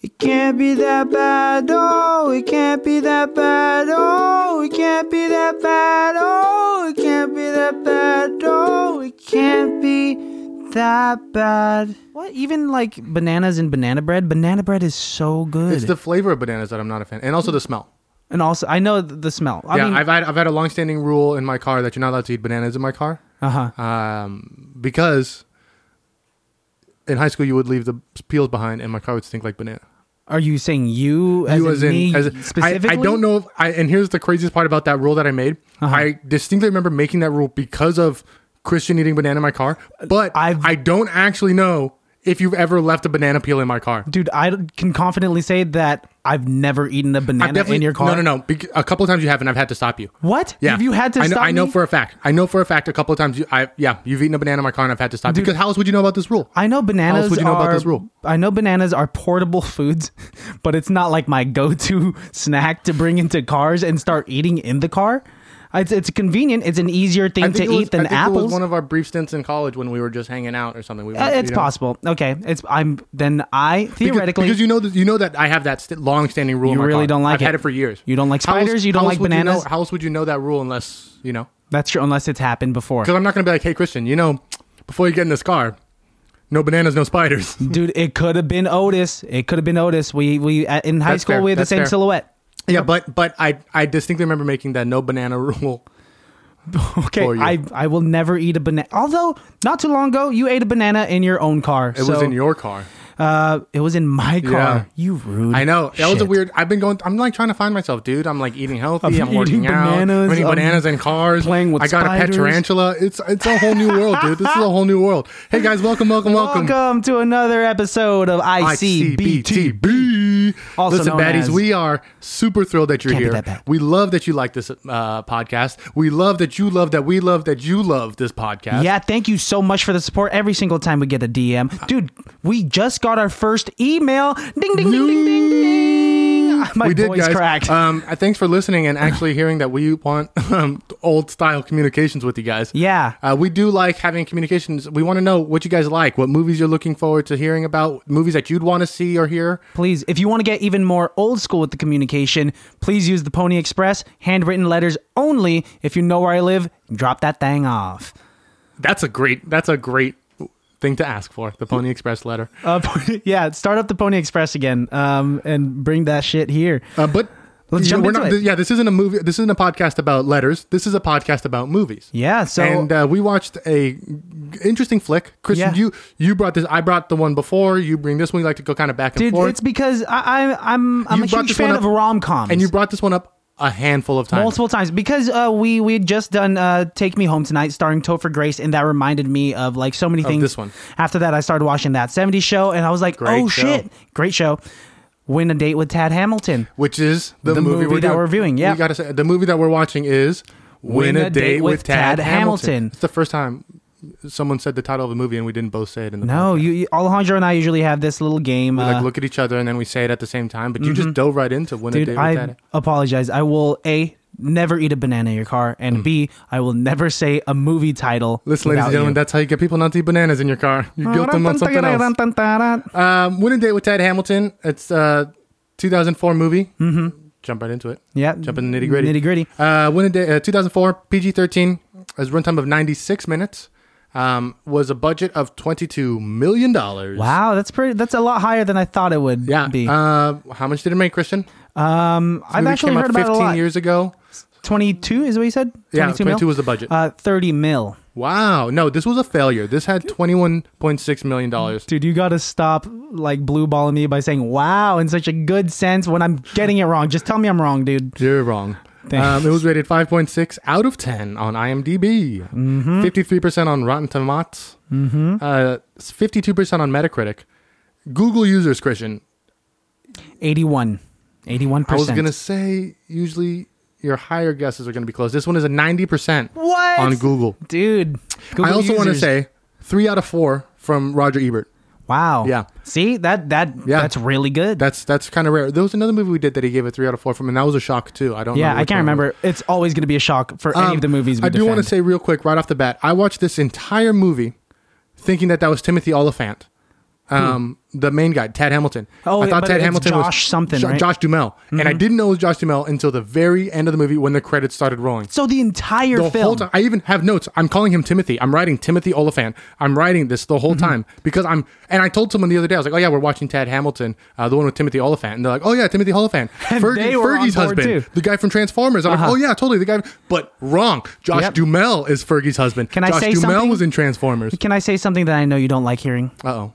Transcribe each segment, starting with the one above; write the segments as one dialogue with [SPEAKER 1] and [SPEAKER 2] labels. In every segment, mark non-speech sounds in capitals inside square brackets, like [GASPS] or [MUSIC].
[SPEAKER 1] It can't be that bad, oh, it can't be that bad, oh, it can't be that bad, oh, it can't be that bad, oh, it can't be that bad. What? Even like bananas and banana bread? Banana bread is so good.
[SPEAKER 2] It's the flavor of bananas that I'm not a fan, and also the smell.
[SPEAKER 1] and also, I know th- the smell. I
[SPEAKER 2] yeah,
[SPEAKER 1] mean,
[SPEAKER 2] I've had I've had a longstanding rule in my car that you're not allowed to eat bananas in my car
[SPEAKER 1] uh huh.
[SPEAKER 2] um, because in high school you would leave the peels behind, and my car would stink like banana.
[SPEAKER 1] Are you saying you as,
[SPEAKER 2] you
[SPEAKER 1] in, me
[SPEAKER 2] as in-
[SPEAKER 1] specifically? Uh-huh.
[SPEAKER 2] I, I don't know. If I, and here's the craziest part about that rule that I made. I distinctly remember making that rule because of Christian eating banana in my car, but
[SPEAKER 1] I've-
[SPEAKER 2] I don't actually know if you've ever left a banana peel in my car.
[SPEAKER 1] Dude, I can confidently say that I've never eaten a
[SPEAKER 2] I've
[SPEAKER 1] banana in your car.
[SPEAKER 2] No, no, no. Bec- a couple of times you have, and I've had to stop you.
[SPEAKER 1] What?
[SPEAKER 2] Yeah,
[SPEAKER 1] Have you had to
[SPEAKER 2] I know,
[SPEAKER 1] stop
[SPEAKER 2] I know
[SPEAKER 1] me?
[SPEAKER 2] for a fact. I know for a fact. A couple of times, you, I yeah, you've eaten a banana in my car, and I've had to stop you. Because how else would you know about this rule?
[SPEAKER 1] I know bananas
[SPEAKER 2] would you know
[SPEAKER 1] are,
[SPEAKER 2] about this rule?
[SPEAKER 1] I know bananas are portable [LAUGHS] foods, but it's not like my go-to [LAUGHS] snack to bring into cars and start eating in the car. It's, it's convenient. It's an easier thing to
[SPEAKER 2] it was-
[SPEAKER 1] eat than
[SPEAKER 2] I think It was
[SPEAKER 1] apples.
[SPEAKER 2] one of our brief stints in college when we were just hanging out or something. We
[SPEAKER 1] Uh,
[SPEAKER 2] went,
[SPEAKER 1] it's
[SPEAKER 2] you know.
[SPEAKER 1] possible. Okay, it's I'm then I
[SPEAKER 2] Because-
[SPEAKER 1] theoretically
[SPEAKER 2] because, you know that you know that I have that st- long-standing rule.
[SPEAKER 1] You
[SPEAKER 2] in my
[SPEAKER 1] really
[SPEAKER 2] car.
[SPEAKER 1] don't like
[SPEAKER 2] I've had
[SPEAKER 1] it.
[SPEAKER 2] it for years.
[SPEAKER 1] You don't like
[SPEAKER 2] How else-
[SPEAKER 1] spiders, you don't
[SPEAKER 2] how
[SPEAKER 1] like
[SPEAKER 2] else would you know-
[SPEAKER 1] bananas?
[SPEAKER 2] how else would you know that rule unless you know?
[SPEAKER 1] that's true unless it's happened before.
[SPEAKER 2] Because I'm not going to be like, hey Christian, you know, before you get in this car, no bananas, no spiders.
[SPEAKER 1] Dude, it could have been Otis. It could have been Otis. We we uh, in high
[SPEAKER 2] That's
[SPEAKER 1] school
[SPEAKER 2] fair.
[SPEAKER 1] we had the
[SPEAKER 2] That's
[SPEAKER 1] same
[SPEAKER 2] fair.
[SPEAKER 1] silhouette. [LAUGHS]
[SPEAKER 2] yeah, but but I I distinctly remember making that no banana [LAUGHS] rule.
[SPEAKER 1] Okay,
[SPEAKER 2] for you.
[SPEAKER 1] I I will never eat a banana. Although not too long ago, you ate a banana in your own car.
[SPEAKER 2] It was in your car.
[SPEAKER 1] Uh, it was in my car.
[SPEAKER 2] Yeah.
[SPEAKER 1] You rude.
[SPEAKER 2] I know that was a
[SPEAKER 1] shit.
[SPEAKER 2] weird. I've been going. I'm like trying to find myself, dude. I'm like eating healthy.
[SPEAKER 1] I'm
[SPEAKER 2] I'm,
[SPEAKER 1] eating
[SPEAKER 2] working out.
[SPEAKER 1] bananas,
[SPEAKER 2] I'm eating
[SPEAKER 1] I'm
[SPEAKER 2] bananas and cars.
[SPEAKER 1] playing with
[SPEAKER 2] I got a
[SPEAKER 1] spiders.
[SPEAKER 2] pet tarantula. It's it's a whole new world, dude. This is a whole new world. Hey guys, welcome, welcome, welcome.
[SPEAKER 1] Welcome to another episode of ICBT.
[SPEAKER 2] ICBTB.
[SPEAKER 1] Also
[SPEAKER 2] Listen,
[SPEAKER 1] known
[SPEAKER 2] baddies,
[SPEAKER 1] as-
[SPEAKER 2] we are super thrilled that you're
[SPEAKER 1] Can't be
[SPEAKER 2] here.
[SPEAKER 1] that bad.
[SPEAKER 2] we love that you like this uh, podcast. We love that you love that we love that you love this podcast.
[SPEAKER 1] Yeah, thank you so much for the support every single time we get a DM. Dude, we just got our first email. Ding, ding, ding, ding, ding, ding. Ah, My
[SPEAKER 2] Mm. we did,
[SPEAKER 1] voice
[SPEAKER 2] guys.
[SPEAKER 1] cracked.
[SPEAKER 2] Um, uh, thanks for listening and actually hearing that we want [LAUGHS] um, old style communications with you guys.
[SPEAKER 1] yeah.
[SPEAKER 2] Uh, we do like having communications. We want to know what you guys like, what movies you're looking forward to hearing about, movies that you'd want to see or hear.
[SPEAKER 1] Please, if you want to get even more old school with the communication, please use the Pony Express, handwritten letters only. If you know where I live, drop that thing off.
[SPEAKER 2] That's a great. That's a great thing to ask for. The Pony Express letter.
[SPEAKER 1] Uh, [LAUGHS] yeah, start up the Pony Express again um, and bring that shit here.
[SPEAKER 2] Uh, but
[SPEAKER 1] Let's
[SPEAKER 2] you
[SPEAKER 1] jump
[SPEAKER 2] we're
[SPEAKER 1] into
[SPEAKER 2] not-
[SPEAKER 1] it.
[SPEAKER 2] Yeah, this isn't a movie. This isn't a podcast about letters. This is a podcast about movies.
[SPEAKER 1] Yeah, so
[SPEAKER 2] and uh, we watched a g- interesting flick. Christian,
[SPEAKER 1] Yeah.
[SPEAKER 2] you you brought this. I brought the one before. You bring this one. We like to go kind of back and
[SPEAKER 1] dude,
[SPEAKER 2] forth.
[SPEAKER 1] it's because I, I, I'm I'm
[SPEAKER 2] You
[SPEAKER 1] a
[SPEAKER 2] brought
[SPEAKER 1] huge
[SPEAKER 2] this one
[SPEAKER 1] fan
[SPEAKER 2] up-
[SPEAKER 1] of rom coms.
[SPEAKER 2] and you brought this one up a handful of times.
[SPEAKER 1] multiple times because uh, we we had just done uh, "Take Me Home Tonight" starring Topher Grace, and that reminded me of like so many things.
[SPEAKER 2] this one.
[SPEAKER 1] After that, I started watching that '70s show, and I was like,
[SPEAKER 2] Great
[SPEAKER 1] "Oh
[SPEAKER 2] show.
[SPEAKER 1] shit, great show!" Win a date with Tad Hamilton.
[SPEAKER 2] which is the,
[SPEAKER 1] The movie
[SPEAKER 2] movie, we're
[SPEAKER 1] that
[SPEAKER 2] doing.
[SPEAKER 1] we're viewing, yeah.
[SPEAKER 2] we gotta say the movie that we're watching is "Win, a, Date, with Tad, Hamilton. It's the first time someone said the title of the movie and we didn't both say it in the
[SPEAKER 1] No, you, you Alejandro and I usually have this little game.
[SPEAKER 2] We,
[SPEAKER 1] uh, Mm-hmm.
[SPEAKER 2] like look at each other and then we say it at the same time. But you just dove right into "Win a
[SPEAKER 1] dude,
[SPEAKER 2] Date with
[SPEAKER 1] I
[SPEAKER 2] Tad."
[SPEAKER 1] apologize. I will a never eat a banana in your car, and b I will never say a movie title.
[SPEAKER 2] Hmm. Listen, ladies and gentlemen, that's how you get people not to eat bananas in your car. You guilt them on something else. Um, "Win a Date with Tad Hamilton." It's a 2004 movie. Mm-hmm. Jump right into it.
[SPEAKER 1] yeah,
[SPEAKER 2] Jump in the nitty gritty.
[SPEAKER 1] Nitty gritty.
[SPEAKER 2] Uh, when a day, uh, 2004, PG 13, has a runtime of 96 minutes, um, was a budget of $22 million.
[SPEAKER 1] Wow, that's pretty. That's a lot higher than I thought it would
[SPEAKER 2] Yeah.
[SPEAKER 1] be.
[SPEAKER 2] Uh, how much did it make, Christian?
[SPEAKER 1] Um, I've
[SPEAKER 2] Movie
[SPEAKER 1] actually
[SPEAKER 2] came out
[SPEAKER 1] heard about it a
[SPEAKER 2] 15
[SPEAKER 1] lot.
[SPEAKER 2] years ago.
[SPEAKER 1] 22 is what you said?
[SPEAKER 2] Yeah,
[SPEAKER 1] 22
[SPEAKER 2] 22
[SPEAKER 1] mil?
[SPEAKER 2] was the budget.
[SPEAKER 1] Uh, 30 mil.
[SPEAKER 2] wow. No, this was a failure. This had $21.6 million.
[SPEAKER 1] Dude, you gotta stop like blue balling me by saying wow in such a good sense when I'm getting it wrong. Just tell me I'm wrong, dude.
[SPEAKER 2] You're wrong.
[SPEAKER 1] Thanks.
[SPEAKER 2] Um, it was rated 5.6 out of 10 on IMDb,
[SPEAKER 1] Mm-hmm.
[SPEAKER 2] 53% on Rotten Tomatoes, uh, 52% on Metacritic. Google users, Christian,
[SPEAKER 1] 81. 81%.
[SPEAKER 2] I was gonna say usually your higher guesses are gonna be close. This one is a ninety percent
[SPEAKER 1] What?
[SPEAKER 2] on Google.
[SPEAKER 1] Dude. Google
[SPEAKER 2] I also want to
[SPEAKER 1] users.
[SPEAKER 2] say three out of four from Roger Ebert.
[SPEAKER 1] Wow.
[SPEAKER 2] Yeah.
[SPEAKER 1] See, that, that,
[SPEAKER 2] Yeah.
[SPEAKER 1] that's really good.
[SPEAKER 2] That's that's kind of rare. There was another movie we did that he gave a three out of four from, and that was a shock too. I don't.
[SPEAKER 1] yeah,
[SPEAKER 2] know
[SPEAKER 1] I
[SPEAKER 2] which
[SPEAKER 1] can't
[SPEAKER 2] one it was.
[SPEAKER 1] remember. It's always gonna be a shock for any
[SPEAKER 2] Um,
[SPEAKER 1] of the movies we
[SPEAKER 2] I do want to
[SPEAKER 1] defend.
[SPEAKER 2] say real quick right off the bat. I watched this entire movie thinking that that was Timothy Oliphant. Um, the main guy, Tad Hamilton.
[SPEAKER 1] Oh,
[SPEAKER 2] I thought
[SPEAKER 1] but
[SPEAKER 2] Tad
[SPEAKER 1] it's
[SPEAKER 2] Hamilton
[SPEAKER 1] Josh
[SPEAKER 2] was
[SPEAKER 1] something, right? Mm-hmm.
[SPEAKER 2] Josh Dumel, and I didn't know it was Josh Dumel until the very end of the movie when the credits started rolling.
[SPEAKER 1] So the entire
[SPEAKER 2] The
[SPEAKER 1] film.
[SPEAKER 2] whole time, I even have notes. I'm calling him Timothy. I'm writing Timothy Oliphant. I'm writing this the whole
[SPEAKER 1] Mm-hmm.
[SPEAKER 2] time because I'm. And I told someone the other day, I was like, "Oh yeah, we're watching Tad Hamilton, uh, the one with Timothy Oliphant," and they're like, "Oh yeah, Timothy Oliphant,
[SPEAKER 1] [LAUGHS] And they were on
[SPEAKER 2] Fergie's
[SPEAKER 1] board,
[SPEAKER 2] husband,
[SPEAKER 1] too. Uh-huh.
[SPEAKER 2] the guy from Transformers." I'm like, "Oh yeah, totally the guy," but wrong. Josh
[SPEAKER 1] Yep.
[SPEAKER 2] Dumel is Fergie's husband.
[SPEAKER 1] Can I
[SPEAKER 2] Josh
[SPEAKER 1] say
[SPEAKER 2] Dumel
[SPEAKER 1] something?
[SPEAKER 2] was in Transformers.
[SPEAKER 1] Can I say something that I know you don't like hearing?
[SPEAKER 2] Uh oh.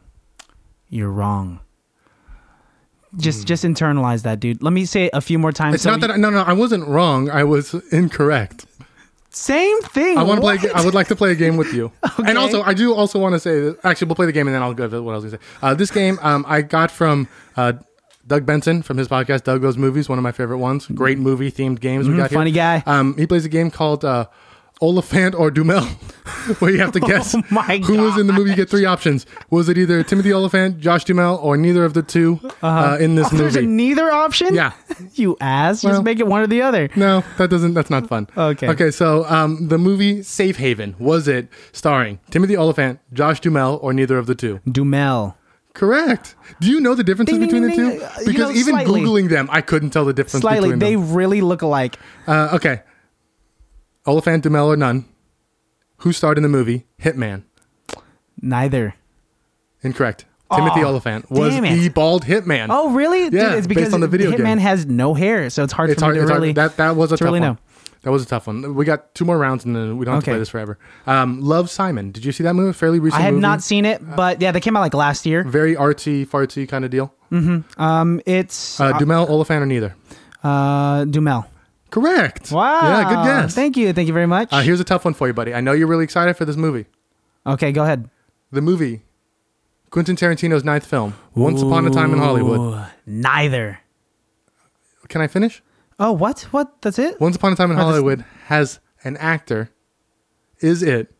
[SPEAKER 1] You're wrong. Just just internalize that, dude. Let me say it a few more times.
[SPEAKER 2] Hmm. It's
[SPEAKER 1] So
[SPEAKER 2] not that I, no no I wasn't wrong. I was incorrect.
[SPEAKER 1] same thing.
[SPEAKER 2] I want to play. a
[SPEAKER 1] What?
[SPEAKER 2] ga- I would like to play a game
[SPEAKER 1] [LAUGHS]
[SPEAKER 2] with you. And also, I do also want to say. That, actually, we'll play the game and then I'll go to what I was going to say. Uh, this game um, I got from uh, Doug Benson from his podcast Doug Goes Movies, one of my favorite ones. Great movie themed games we got
[SPEAKER 1] Mm-hmm.
[SPEAKER 2] here.
[SPEAKER 1] funny guy.
[SPEAKER 2] Um, he plays a game called uh, Oliphant or Dumel, [LAUGHS] where you
[SPEAKER 1] [LAUGHS]
[SPEAKER 2] have to guess
[SPEAKER 1] Oh my
[SPEAKER 2] who was in the movie. You get three options. Was it either Timothy Oliphant, Josh Dumel, or neither of the 2 uh in this
[SPEAKER 1] Oh, there's a
[SPEAKER 2] movie?
[SPEAKER 1] neither option.
[SPEAKER 2] Yeah.
[SPEAKER 1] [LAUGHS] you ass.
[SPEAKER 2] Well-
[SPEAKER 1] just make it one or the other.
[SPEAKER 2] No, that doesn't. That's not fun.
[SPEAKER 1] Okay.
[SPEAKER 2] Okay. So, um, the movie Safe Haven was it starring Timothy Oliphant, Josh Dumel, or neither of the two?
[SPEAKER 1] Dumel.
[SPEAKER 2] Correct. Do you know the differences
[SPEAKER 1] Ding, ding,
[SPEAKER 2] between
[SPEAKER 1] ding,
[SPEAKER 2] the
[SPEAKER 1] ding. Uh,
[SPEAKER 2] two?
[SPEAKER 1] you
[SPEAKER 2] Because
[SPEAKER 1] know,
[SPEAKER 2] even
[SPEAKER 1] slightly.
[SPEAKER 2] googling them, I couldn't tell the difference
[SPEAKER 1] Slightly.
[SPEAKER 2] between
[SPEAKER 1] They
[SPEAKER 2] them.
[SPEAKER 1] really look alike.
[SPEAKER 2] Uh, okay. Oliphant, Dumel, or none? Who starred in the movie Hitman?
[SPEAKER 1] Neither.
[SPEAKER 2] Incorrect. Timothy
[SPEAKER 1] Aw,
[SPEAKER 2] Oliphant was
[SPEAKER 1] damn it.
[SPEAKER 2] the bald hitman.
[SPEAKER 1] Oh, really? Dude,
[SPEAKER 2] Yeah,
[SPEAKER 1] it's
[SPEAKER 2] based
[SPEAKER 1] because
[SPEAKER 2] on the video
[SPEAKER 1] Hitman
[SPEAKER 2] game.
[SPEAKER 1] has no hair, so it's hard
[SPEAKER 2] it's
[SPEAKER 1] for
[SPEAKER 2] hard.
[SPEAKER 1] me to
[SPEAKER 2] It's
[SPEAKER 1] really.
[SPEAKER 2] hard. That that was a
[SPEAKER 1] to
[SPEAKER 2] tough
[SPEAKER 1] really
[SPEAKER 2] one.
[SPEAKER 1] know.
[SPEAKER 2] That was a tough one. We got two more rounds and then we don't have to
[SPEAKER 1] Okay.
[SPEAKER 2] play this forever. Um, Love Simon. Did you see that movie? Fairly recent.
[SPEAKER 1] I had
[SPEAKER 2] movie. Uh,
[SPEAKER 1] not seen it, but yeah, they came out like last year.
[SPEAKER 2] very artsy fartsy kind of deal.
[SPEAKER 1] Um, it's
[SPEAKER 2] Mm. Uh, Dumel, Oliphant, or neither.
[SPEAKER 1] uh, Dumel.
[SPEAKER 2] Correct.
[SPEAKER 1] Wow.
[SPEAKER 2] Yeah, good guess.
[SPEAKER 1] Thank you. Thank you very much.
[SPEAKER 2] uh, here's a tough one for you, buddy. I know you're really excited for this movie.
[SPEAKER 1] okay, go ahead.
[SPEAKER 2] The movie, Quentin Tarantino's ninth film, Once Upon a Time in Hollywood.
[SPEAKER 1] Ooh, Neither.
[SPEAKER 2] Can I finish?
[SPEAKER 1] Oh, what? What? That's it?
[SPEAKER 2] Once Upon a Time in
[SPEAKER 1] this-
[SPEAKER 2] Hollywood has an actor. Is it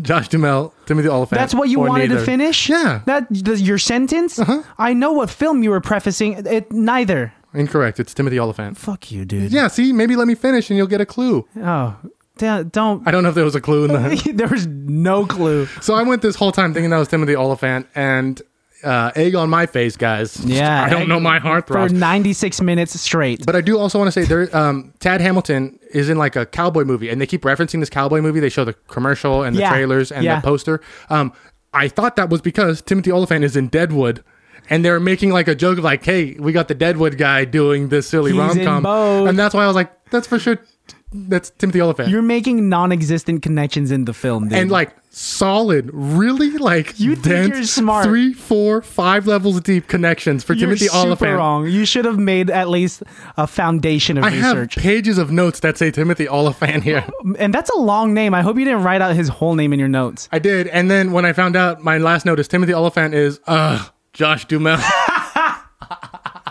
[SPEAKER 2] Josh Dumel, Timothy Oliphant?
[SPEAKER 1] That's what you
[SPEAKER 2] or
[SPEAKER 1] wanted to
[SPEAKER 2] neither?
[SPEAKER 1] finish?
[SPEAKER 2] Yeah.
[SPEAKER 1] That the, your sentence? Uh-huh. I know what film you were prefacing. It neither.
[SPEAKER 2] Incorrect. It's Timothy Oliphant.
[SPEAKER 1] Fuck you, dude.
[SPEAKER 2] Yeah. See, maybe let me finish and you'll get a clue.
[SPEAKER 1] Oh, da- don't.
[SPEAKER 2] I don't know if there was a clue in the.
[SPEAKER 1] [LAUGHS] there was no
[SPEAKER 2] [LAUGHS]
[SPEAKER 1] clue.
[SPEAKER 2] So I went this whole time thinking that was Timothy Oliphant, and uh, egg on my face, guys. [LAUGHS]
[SPEAKER 1] Yeah,
[SPEAKER 2] I don't
[SPEAKER 1] egg
[SPEAKER 2] know my
[SPEAKER 1] For
[SPEAKER 2] heartthrob.
[SPEAKER 1] 96 minutes straight.
[SPEAKER 2] but I do also want to say there. Um, Tad Hamilton is in like a cowboy movie, and they keep referencing this cowboy movie. They show the commercial and the
[SPEAKER 1] Yeah,
[SPEAKER 2] trailers and
[SPEAKER 1] yeah.
[SPEAKER 2] the poster. Um, I thought that was because Timothy Oliphant is in Deadwood. And they're making like a joke of like, "Hey, we got the Deadwood guy doing this silly
[SPEAKER 1] He's in
[SPEAKER 2] rom com,"
[SPEAKER 1] both.
[SPEAKER 2] and that's why I was like, "That's for sure, that's Timothy Oliphant."
[SPEAKER 1] You're making non-existent connections in the film, dude.
[SPEAKER 2] and like solid, really like
[SPEAKER 1] You think
[SPEAKER 2] dense,
[SPEAKER 1] you're smart.
[SPEAKER 2] three, four, five levels deep connections for
[SPEAKER 1] you're
[SPEAKER 2] Timothy
[SPEAKER 1] super
[SPEAKER 2] Oliphant.
[SPEAKER 1] wrong. You should have made at least a foundation of
[SPEAKER 2] I have
[SPEAKER 1] research.
[SPEAKER 2] pages of notes that say Timothy Oliphant here.
[SPEAKER 1] and that's a long name. I hope you didn't write out his whole name in your notes. [LAUGHS]
[SPEAKER 2] I did, and then when I found out, my last note is Timothy Oliphant is uh Josh Dumel. [LAUGHS]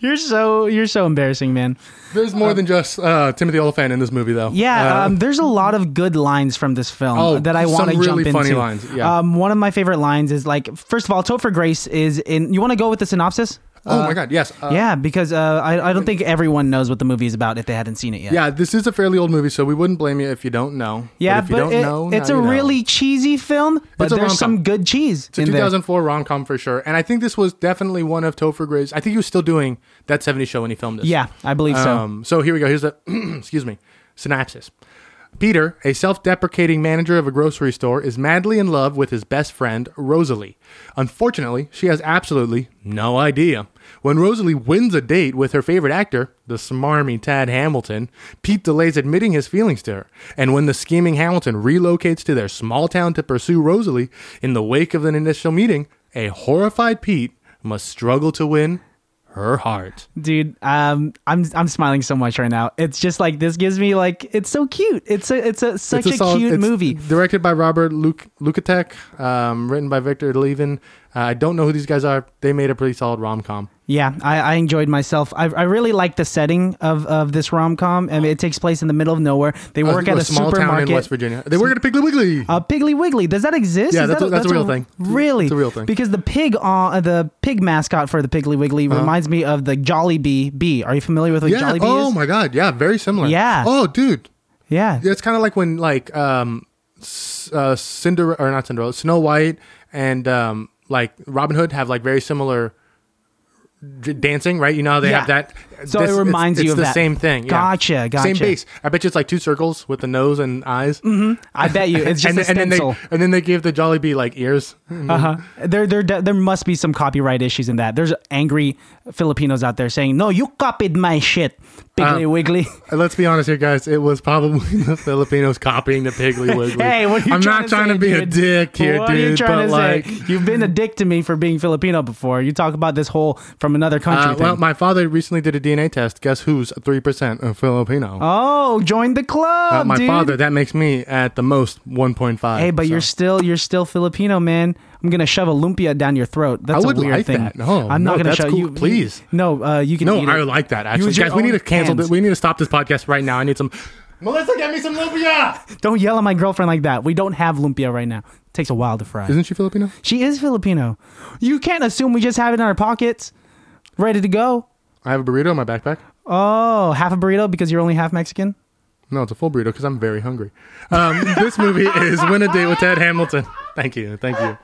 [SPEAKER 1] you're so you're so embarrassing, man.
[SPEAKER 2] There's more than just uh, Timothy Oliphant in this movie, though.
[SPEAKER 1] Yeah,
[SPEAKER 2] Uh,
[SPEAKER 1] um, there's a lot of good lines from this film
[SPEAKER 2] Oh,
[SPEAKER 1] that I
[SPEAKER 2] some
[SPEAKER 1] want to jump
[SPEAKER 2] really
[SPEAKER 1] into.
[SPEAKER 2] funny lines, yeah.
[SPEAKER 1] Um, one of my favorite lines is like, first of all, Topher Grace is in. You want to go with the synopsis?
[SPEAKER 2] oh my God, yes. Uh,
[SPEAKER 1] yeah, because uh, I, I don't think everyone knows what the movie is about if they hadn't seen it yet.
[SPEAKER 2] yeah, this is a fairly old movie, so we wouldn't blame you if you don't know.
[SPEAKER 1] Yeah,
[SPEAKER 2] if you
[SPEAKER 1] but
[SPEAKER 2] don't
[SPEAKER 1] it-
[SPEAKER 2] know,
[SPEAKER 1] it's
[SPEAKER 2] now
[SPEAKER 1] a
[SPEAKER 2] you know.
[SPEAKER 1] really cheesy film, but
[SPEAKER 2] It's a rom-com.
[SPEAKER 1] there's some good cheese
[SPEAKER 2] It's
[SPEAKER 1] in
[SPEAKER 2] a
[SPEAKER 1] there.
[SPEAKER 2] 2004 rom com for sure. And I think this was definitely one of Topher Gray's. I think he was still doing that 70s show when he filmed this.
[SPEAKER 1] Yeah, I believe so.
[SPEAKER 2] Um, so here we go. Here's the, [CLEARS THROAT] excuse me, synopsis. Peter, a self deprecating manager of a grocery store, is madly in love with his best friend, Rosalie. Unfortunately, she has absolutely no idea. When Rosalie wins a date with her favorite actor, the smarmy Tad Hamilton, Pete delays admitting his feelings to her. And when the scheming Hamilton relocates to their small town to pursue Rosalie, in the wake of an initial meeting, a horrified Pete must struggle to win her heart.
[SPEAKER 1] Dude, um, I'm I'm smiling so much right now. It's just like this gives me like it's so cute. It's a it's a such
[SPEAKER 2] It's
[SPEAKER 1] a,
[SPEAKER 2] solid-
[SPEAKER 1] cute
[SPEAKER 2] it's
[SPEAKER 1] movie.
[SPEAKER 2] Directed by Robert Luke Lukatek, um, written by Victor Levin. Uh, I don't know who these guys are. They made a pretty solid rom com.
[SPEAKER 1] Yeah, I, I enjoyed myself. I, I really like the setting of, of this rom com. I mean, it takes place in the middle of nowhere. They work at a,
[SPEAKER 2] Oh, small
[SPEAKER 1] supermarket.
[SPEAKER 2] town in West Virginia. They work at a Piggly Wiggly.
[SPEAKER 1] Uh, Piggly Wiggly. Does that exist?
[SPEAKER 2] Yeah,
[SPEAKER 1] Is
[SPEAKER 2] that's
[SPEAKER 1] that
[SPEAKER 2] a- that's a real thing.
[SPEAKER 1] Really,
[SPEAKER 2] It's a real thing.
[SPEAKER 1] Because the pig, uh, the pig mascot for the Piggly Wiggly reminds me of the Jolly Bee. Bee. Are you familiar with what
[SPEAKER 2] Uh-huh. yeah.
[SPEAKER 1] Jolly Bee
[SPEAKER 2] Oh
[SPEAKER 1] is?
[SPEAKER 2] my God. Yeah. Very similar.
[SPEAKER 1] Yeah.
[SPEAKER 2] Oh, dude.
[SPEAKER 1] yeah.
[SPEAKER 2] It's kind of like when like um, S- uh, Cinder or not Cinderella, Snow White and um, like Robin Hood have like very similar j- dancing, right? You know how they have
[SPEAKER 1] Yeah.
[SPEAKER 2] that.
[SPEAKER 1] So it reminds
[SPEAKER 2] it's,
[SPEAKER 1] you
[SPEAKER 2] it's
[SPEAKER 1] of
[SPEAKER 2] the
[SPEAKER 1] that.
[SPEAKER 2] same thing. yeah.
[SPEAKER 1] Gotcha,
[SPEAKER 2] Same
[SPEAKER 1] gotcha.
[SPEAKER 2] base. I bet you it's like two circles with the nose and eyes. Mm-hmm.
[SPEAKER 1] I bet you
[SPEAKER 2] [LAUGHS]
[SPEAKER 1] it's just
[SPEAKER 2] and,
[SPEAKER 1] a
[SPEAKER 2] then-
[SPEAKER 1] stencil.
[SPEAKER 2] and then they Mm-hmm. and then they gave the Jolly Bee like ears.
[SPEAKER 1] Uh-huh. There, there, there must be some copyright issues in that. There's angry Filipinos out there saying, "No, you copied my shit,
[SPEAKER 2] Uh,
[SPEAKER 1] Piggly Wiggly."
[SPEAKER 2] And Let's be honest here, guys. It was probably [LAUGHS] the Filipinos copying the Piggly
[SPEAKER 1] [LAUGHS]
[SPEAKER 2] Wiggly.
[SPEAKER 1] Hey, what are you
[SPEAKER 2] I'm not trying
[SPEAKER 1] say,
[SPEAKER 2] to be a
[SPEAKER 1] dude?
[SPEAKER 2] dick here,
[SPEAKER 1] what Are you
[SPEAKER 2] dude.
[SPEAKER 1] trying
[SPEAKER 2] But
[SPEAKER 1] to
[SPEAKER 2] like,
[SPEAKER 1] say? you've been a dick to me for being Filipino before. You talk about this whole from another country
[SPEAKER 2] uh, well,
[SPEAKER 1] thing.
[SPEAKER 2] my father recently did a DNA test. Guess who's three percent of Filipino?
[SPEAKER 1] oh, join the club,
[SPEAKER 2] Uh, my
[SPEAKER 1] dude.
[SPEAKER 2] father. That makes me at the most 1.5.
[SPEAKER 1] Hey, but
[SPEAKER 2] so.
[SPEAKER 1] you're still you're still Filipino, man. I'm gonna shove a lumpia down your throat. That's
[SPEAKER 2] would
[SPEAKER 1] a weird
[SPEAKER 2] like
[SPEAKER 1] thing.
[SPEAKER 2] that. No,
[SPEAKER 1] I'm
[SPEAKER 2] no,
[SPEAKER 1] not gonna
[SPEAKER 2] that's
[SPEAKER 1] show
[SPEAKER 2] cool.
[SPEAKER 1] you.
[SPEAKER 2] Please.
[SPEAKER 1] no, uh, you can.
[SPEAKER 2] No,
[SPEAKER 1] eat it.
[SPEAKER 2] I like that actually,
[SPEAKER 1] Use your
[SPEAKER 2] guys. We need
[SPEAKER 1] own
[SPEAKER 2] to cancel.
[SPEAKER 1] hands.
[SPEAKER 2] This. We need to stop this podcast right now. I need some. Melissa, get me some lumpia.
[SPEAKER 1] Don't yell at my girlfriend like that. We don't have lumpia right now. It takes a while to fry.
[SPEAKER 2] Isn't she Filipino?
[SPEAKER 1] She is Filipino. You can't assume we just have it in our pockets, ready to go.
[SPEAKER 2] I have a burrito in my backpack.
[SPEAKER 1] Oh, half a burrito because you're only half Mexican.
[SPEAKER 2] No, it's a full burrito because I'm very hungry. Um, [LAUGHS] this movie is Win a Date with Ted Hamilton. Thank you, thank you.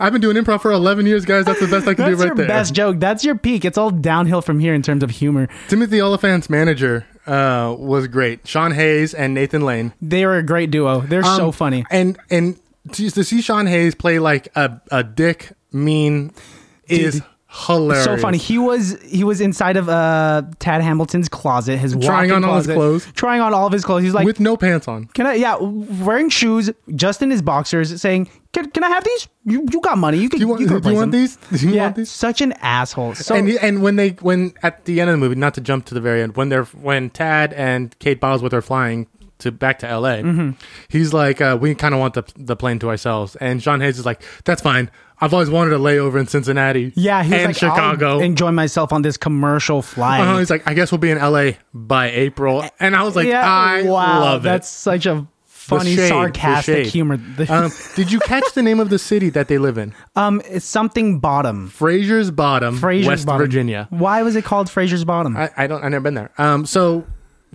[SPEAKER 2] I've been doing improv for 11 years, guys. That's the best I can
[SPEAKER 1] That's
[SPEAKER 2] do right
[SPEAKER 1] your
[SPEAKER 2] there.
[SPEAKER 1] best joke. That's your peak. It's all downhill from here in terms of humor.
[SPEAKER 2] Timothy Oliphant's manager uh, was great. Sean Hayes and Nathan Lane.
[SPEAKER 1] They are a great duo. They're so
[SPEAKER 2] Um,
[SPEAKER 1] funny.
[SPEAKER 2] And and to, to see Sean Hayes play like a, a dick mean is hilarious.
[SPEAKER 1] So funny. He was he was inside of uh Tad Hamilton's closet, his
[SPEAKER 2] Trying
[SPEAKER 1] walk-in
[SPEAKER 2] on all his
[SPEAKER 1] closet,
[SPEAKER 2] clothes.
[SPEAKER 1] trying on all of his clothes. He's like,
[SPEAKER 2] With no pants on.
[SPEAKER 1] "Can I? Yeah, wearing shoes, just in his boxers, saying." Can, can I have these? You you got money. You can
[SPEAKER 2] Do you want,
[SPEAKER 1] you can
[SPEAKER 2] do you
[SPEAKER 1] replace
[SPEAKER 2] want
[SPEAKER 1] them."
[SPEAKER 2] these? Do you
[SPEAKER 1] yeah,
[SPEAKER 2] want these?
[SPEAKER 1] such an asshole. So
[SPEAKER 2] and, he- and when they when at the end of the movie, not to jump to the very end, when they're when Tad and Kate Bosworth are flying to back to L.A.,
[SPEAKER 1] Mm-hmm.
[SPEAKER 2] he's like, uh, "We kind of want the the plane to ourselves." And Sean Hayes is like, "That's fine. I've always wanted a layover in Cincinnati,
[SPEAKER 1] Yeah, he's
[SPEAKER 2] and
[SPEAKER 1] like,
[SPEAKER 2] Chicago."
[SPEAKER 1] I'll enjoy myself on this commercial flight.
[SPEAKER 2] Uh-huh, he's like, "I guess we'll be in L.A. by April," and I was like, "I
[SPEAKER 1] wow,
[SPEAKER 2] love it."
[SPEAKER 1] That's such a
[SPEAKER 2] The
[SPEAKER 1] funny,
[SPEAKER 2] shade, the
[SPEAKER 1] sarcastic
[SPEAKER 2] shade.
[SPEAKER 1] humor.
[SPEAKER 2] um, did you catch the name of the city that they live in?
[SPEAKER 1] um, it's something bottom.
[SPEAKER 2] Fraser's Bottom,
[SPEAKER 1] Fraser's
[SPEAKER 2] West
[SPEAKER 1] bottom.
[SPEAKER 2] Virginia.
[SPEAKER 1] Why was it called Fraser's Bottom?
[SPEAKER 2] Um, I, I don't. I've never been there. Um. So,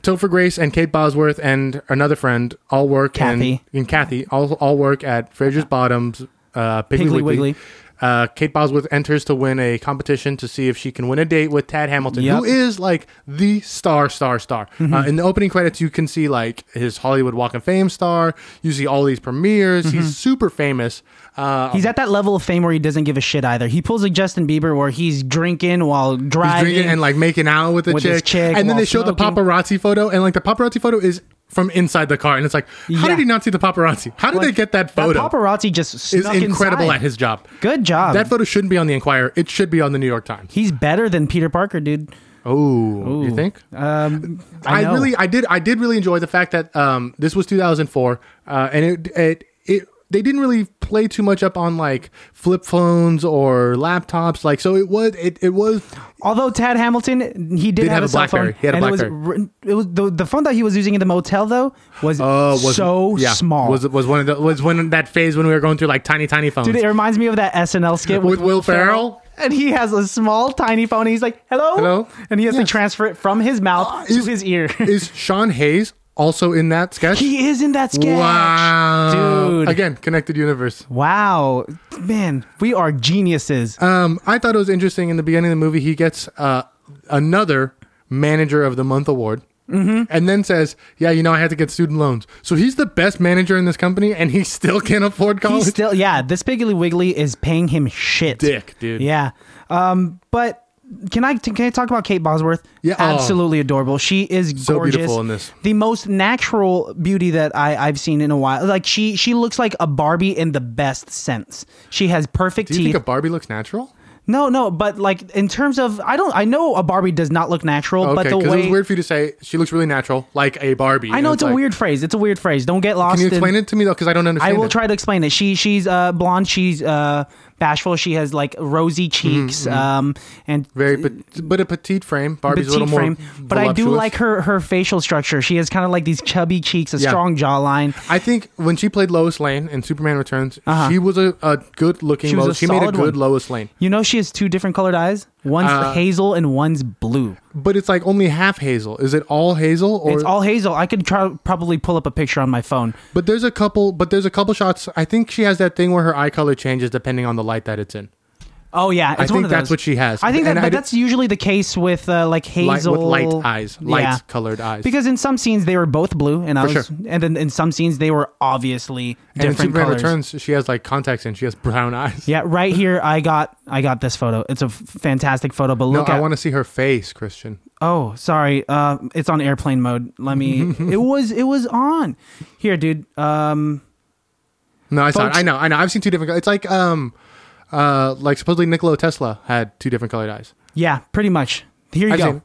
[SPEAKER 2] Topher Grace and Kate Bosworth and another friend all work.
[SPEAKER 1] Kathy.
[SPEAKER 2] and, and Kathy all all work at Fraser's Bottoms. Uh, Piggly,
[SPEAKER 1] Piggly
[SPEAKER 2] Wiggly.
[SPEAKER 1] Wiggly.
[SPEAKER 2] Uh, Kate Bosworth enters to win a competition to see if she can win a date with Tad Hamilton,
[SPEAKER 1] Yep. Mm-hmm.
[SPEAKER 2] who is like the star, star, star. Uh, in the opening credits, you can see like his Hollywood Walk of Fame star. You see all these premieres.
[SPEAKER 1] Mm-hmm.
[SPEAKER 2] He's super famous. Uh,
[SPEAKER 1] he's at that level of fame where he doesn't give a shit either. He pulls a Justin Bieber where he's drinking while driving.
[SPEAKER 2] He's drinking and like making out with the
[SPEAKER 1] with
[SPEAKER 2] chick.
[SPEAKER 1] his chick
[SPEAKER 2] and then
[SPEAKER 1] while
[SPEAKER 2] they showed
[SPEAKER 1] smoking.
[SPEAKER 2] the paparazzi photo, and like the paparazzi photo is from inside the car, and it's like, how
[SPEAKER 1] Yeah.
[SPEAKER 2] did he not see the paparazzi? How did
[SPEAKER 1] Like,
[SPEAKER 2] they get that photo?
[SPEAKER 1] That paparazzi just
[SPEAKER 2] is
[SPEAKER 1] snuck
[SPEAKER 2] incredible
[SPEAKER 1] inside.
[SPEAKER 2] at his job.
[SPEAKER 1] Good job.
[SPEAKER 2] That photo shouldn't be on the Enquirer. It should be on the New York Times.
[SPEAKER 1] he's better than Peter Parker, dude.
[SPEAKER 2] Oh, you think?
[SPEAKER 1] Um,
[SPEAKER 2] I,
[SPEAKER 1] I, know.
[SPEAKER 2] really, I did, I did really enjoy the fact that um, this was 2004, uh, and it, it, it, they didn't really play too much up on like flip phones or laptops, like so. It was, it, it was
[SPEAKER 1] Although Tad Hamilton, he did,
[SPEAKER 2] Did
[SPEAKER 1] have,
[SPEAKER 2] have
[SPEAKER 1] a
[SPEAKER 2] a
[SPEAKER 1] cell
[SPEAKER 2] BlackBerry.
[SPEAKER 1] phone.
[SPEAKER 2] He had a
[SPEAKER 1] and
[SPEAKER 2] BlackBerry.
[SPEAKER 1] It was, it was the, the phone that he was using in the motel though was,
[SPEAKER 2] Uh, was
[SPEAKER 1] so
[SPEAKER 2] yeah,
[SPEAKER 1] small.
[SPEAKER 2] Was was one of the was when that phase when we were going through like tiny tiny phones.
[SPEAKER 1] Dude, it reminds me of that SNL skit
[SPEAKER 2] With Will Ferrell?
[SPEAKER 1] and he has a small, tiny phone. And he's like, "Hello,
[SPEAKER 2] Hello?
[SPEAKER 1] and he has to
[SPEAKER 2] Yes. Ah,
[SPEAKER 1] transfer it from his mouth to
[SPEAKER 2] is-
[SPEAKER 1] his ear. [LAUGHS]
[SPEAKER 2] Is Sean Hayes also in that sketch?
[SPEAKER 1] he is in that sketch.
[SPEAKER 2] wow,
[SPEAKER 1] Dude.
[SPEAKER 2] Again, connected universe.
[SPEAKER 1] Wow, man, we are geniuses.
[SPEAKER 2] Um, I thought it was interesting in the beginning of the movie. He gets uh another manager of the month award.
[SPEAKER 1] Mm-hmm.
[SPEAKER 2] And then says, "Yeah, you know, I had to get student loans." So he's the best manager in this company, and he still can't afford [LAUGHS] college.
[SPEAKER 1] He's still, yeah, this Piggly Wiggly is paying him shit.
[SPEAKER 2] Dick, dude.
[SPEAKER 1] Yeah. Um, but can I can I talk about Kate Bosworth?
[SPEAKER 2] Yeah. Oh.
[SPEAKER 1] absolutely adorable. She is
[SPEAKER 2] So
[SPEAKER 1] gorgeous.
[SPEAKER 2] beautiful in this.
[SPEAKER 1] The most natural beauty that I I've seen in a while. Like she she looks like a Barbie in the best sense. She has perfect
[SPEAKER 2] Do you
[SPEAKER 1] teeth.
[SPEAKER 2] think a Barbie looks natural?
[SPEAKER 1] no, no, but like in terms of I don't I know a Barbie does not look natural, but
[SPEAKER 2] Okay,
[SPEAKER 1] the
[SPEAKER 2] because
[SPEAKER 1] way
[SPEAKER 2] it was weird for you to say she looks really natural, like a Barbie.
[SPEAKER 1] I
[SPEAKER 2] And
[SPEAKER 1] know
[SPEAKER 2] it's
[SPEAKER 1] it's a
[SPEAKER 2] like-
[SPEAKER 1] weird phrase. It's a weird phrase. Don't get lost.
[SPEAKER 2] Can you
[SPEAKER 1] in-
[SPEAKER 2] explain it to me though? Because I don't understand.
[SPEAKER 1] I will
[SPEAKER 2] it.
[SPEAKER 1] try to explain it. She she's uh, blonde. She's uh, bashful. She has like rosy
[SPEAKER 2] Mm-hmm,
[SPEAKER 1] cheeks. Um, and
[SPEAKER 2] Very, pet- but a petite frame. Barbie's a
[SPEAKER 1] petite
[SPEAKER 2] little more.
[SPEAKER 1] frame, but I do
[SPEAKER 2] voluptuous.
[SPEAKER 1] like her her facial structure. She has kind of like these chubby cheeks, a
[SPEAKER 2] Yeah.
[SPEAKER 1] strong jawline.
[SPEAKER 2] I think when she played Lois Lane in Superman Returns, she was a, a good looking
[SPEAKER 1] Uh-huh. She was
[SPEAKER 2] Lois.
[SPEAKER 1] a
[SPEAKER 2] She made a
[SPEAKER 1] solid
[SPEAKER 2] good
[SPEAKER 1] one.
[SPEAKER 2] Lois Lane.
[SPEAKER 1] You know, she has two different colored eyes. One's
[SPEAKER 2] Uh,
[SPEAKER 1] hazel and one's blue.
[SPEAKER 2] But it's like only half hazel. Is it all hazel or
[SPEAKER 1] It's all hazel. I could try, probably pull up a picture on my phone.
[SPEAKER 2] But there's a couple but there's a couple shots. I think she has that thing where her eye color changes depending on the light that it's in.
[SPEAKER 1] Oh yeah, it's
[SPEAKER 2] I
[SPEAKER 1] one
[SPEAKER 2] think
[SPEAKER 1] of
[SPEAKER 2] that's
[SPEAKER 1] those.
[SPEAKER 2] what she has.
[SPEAKER 1] I think that,
[SPEAKER 2] And
[SPEAKER 1] but
[SPEAKER 2] di-
[SPEAKER 1] that's usually the case with uh, like
[SPEAKER 2] light,
[SPEAKER 1] hazel
[SPEAKER 2] with light eyes, light
[SPEAKER 1] Yeah.
[SPEAKER 2] colored eyes.
[SPEAKER 1] Because in some scenes they were both blue, and I
[SPEAKER 2] For
[SPEAKER 1] was,
[SPEAKER 2] sure.
[SPEAKER 1] and then in some scenes they were obviously
[SPEAKER 2] and in
[SPEAKER 1] different
[SPEAKER 2] Superman
[SPEAKER 1] colors.
[SPEAKER 2] Returns, she has like contacts in. She has brown [LAUGHS] eyes.
[SPEAKER 1] Yeah, right here I got I got this photo. It's a f- fantastic photo, but
[SPEAKER 2] No,
[SPEAKER 1] look
[SPEAKER 2] I
[SPEAKER 1] at
[SPEAKER 2] want to see her face, Christian.
[SPEAKER 1] oh sorry, uh, it's on airplane mode. Let
[SPEAKER 2] [LAUGHS]
[SPEAKER 1] me. it was it was on. Here, dude. Um,
[SPEAKER 2] No, I saw. It.
[SPEAKER 1] Folks-
[SPEAKER 2] I know. I know. I've seen two different. It's like um, uh, like supposedly Nikola Tesla had two different colored eyes.
[SPEAKER 1] yeah, pretty much. Here you
[SPEAKER 2] I've
[SPEAKER 1] go.
[SPEAKER 2] seen-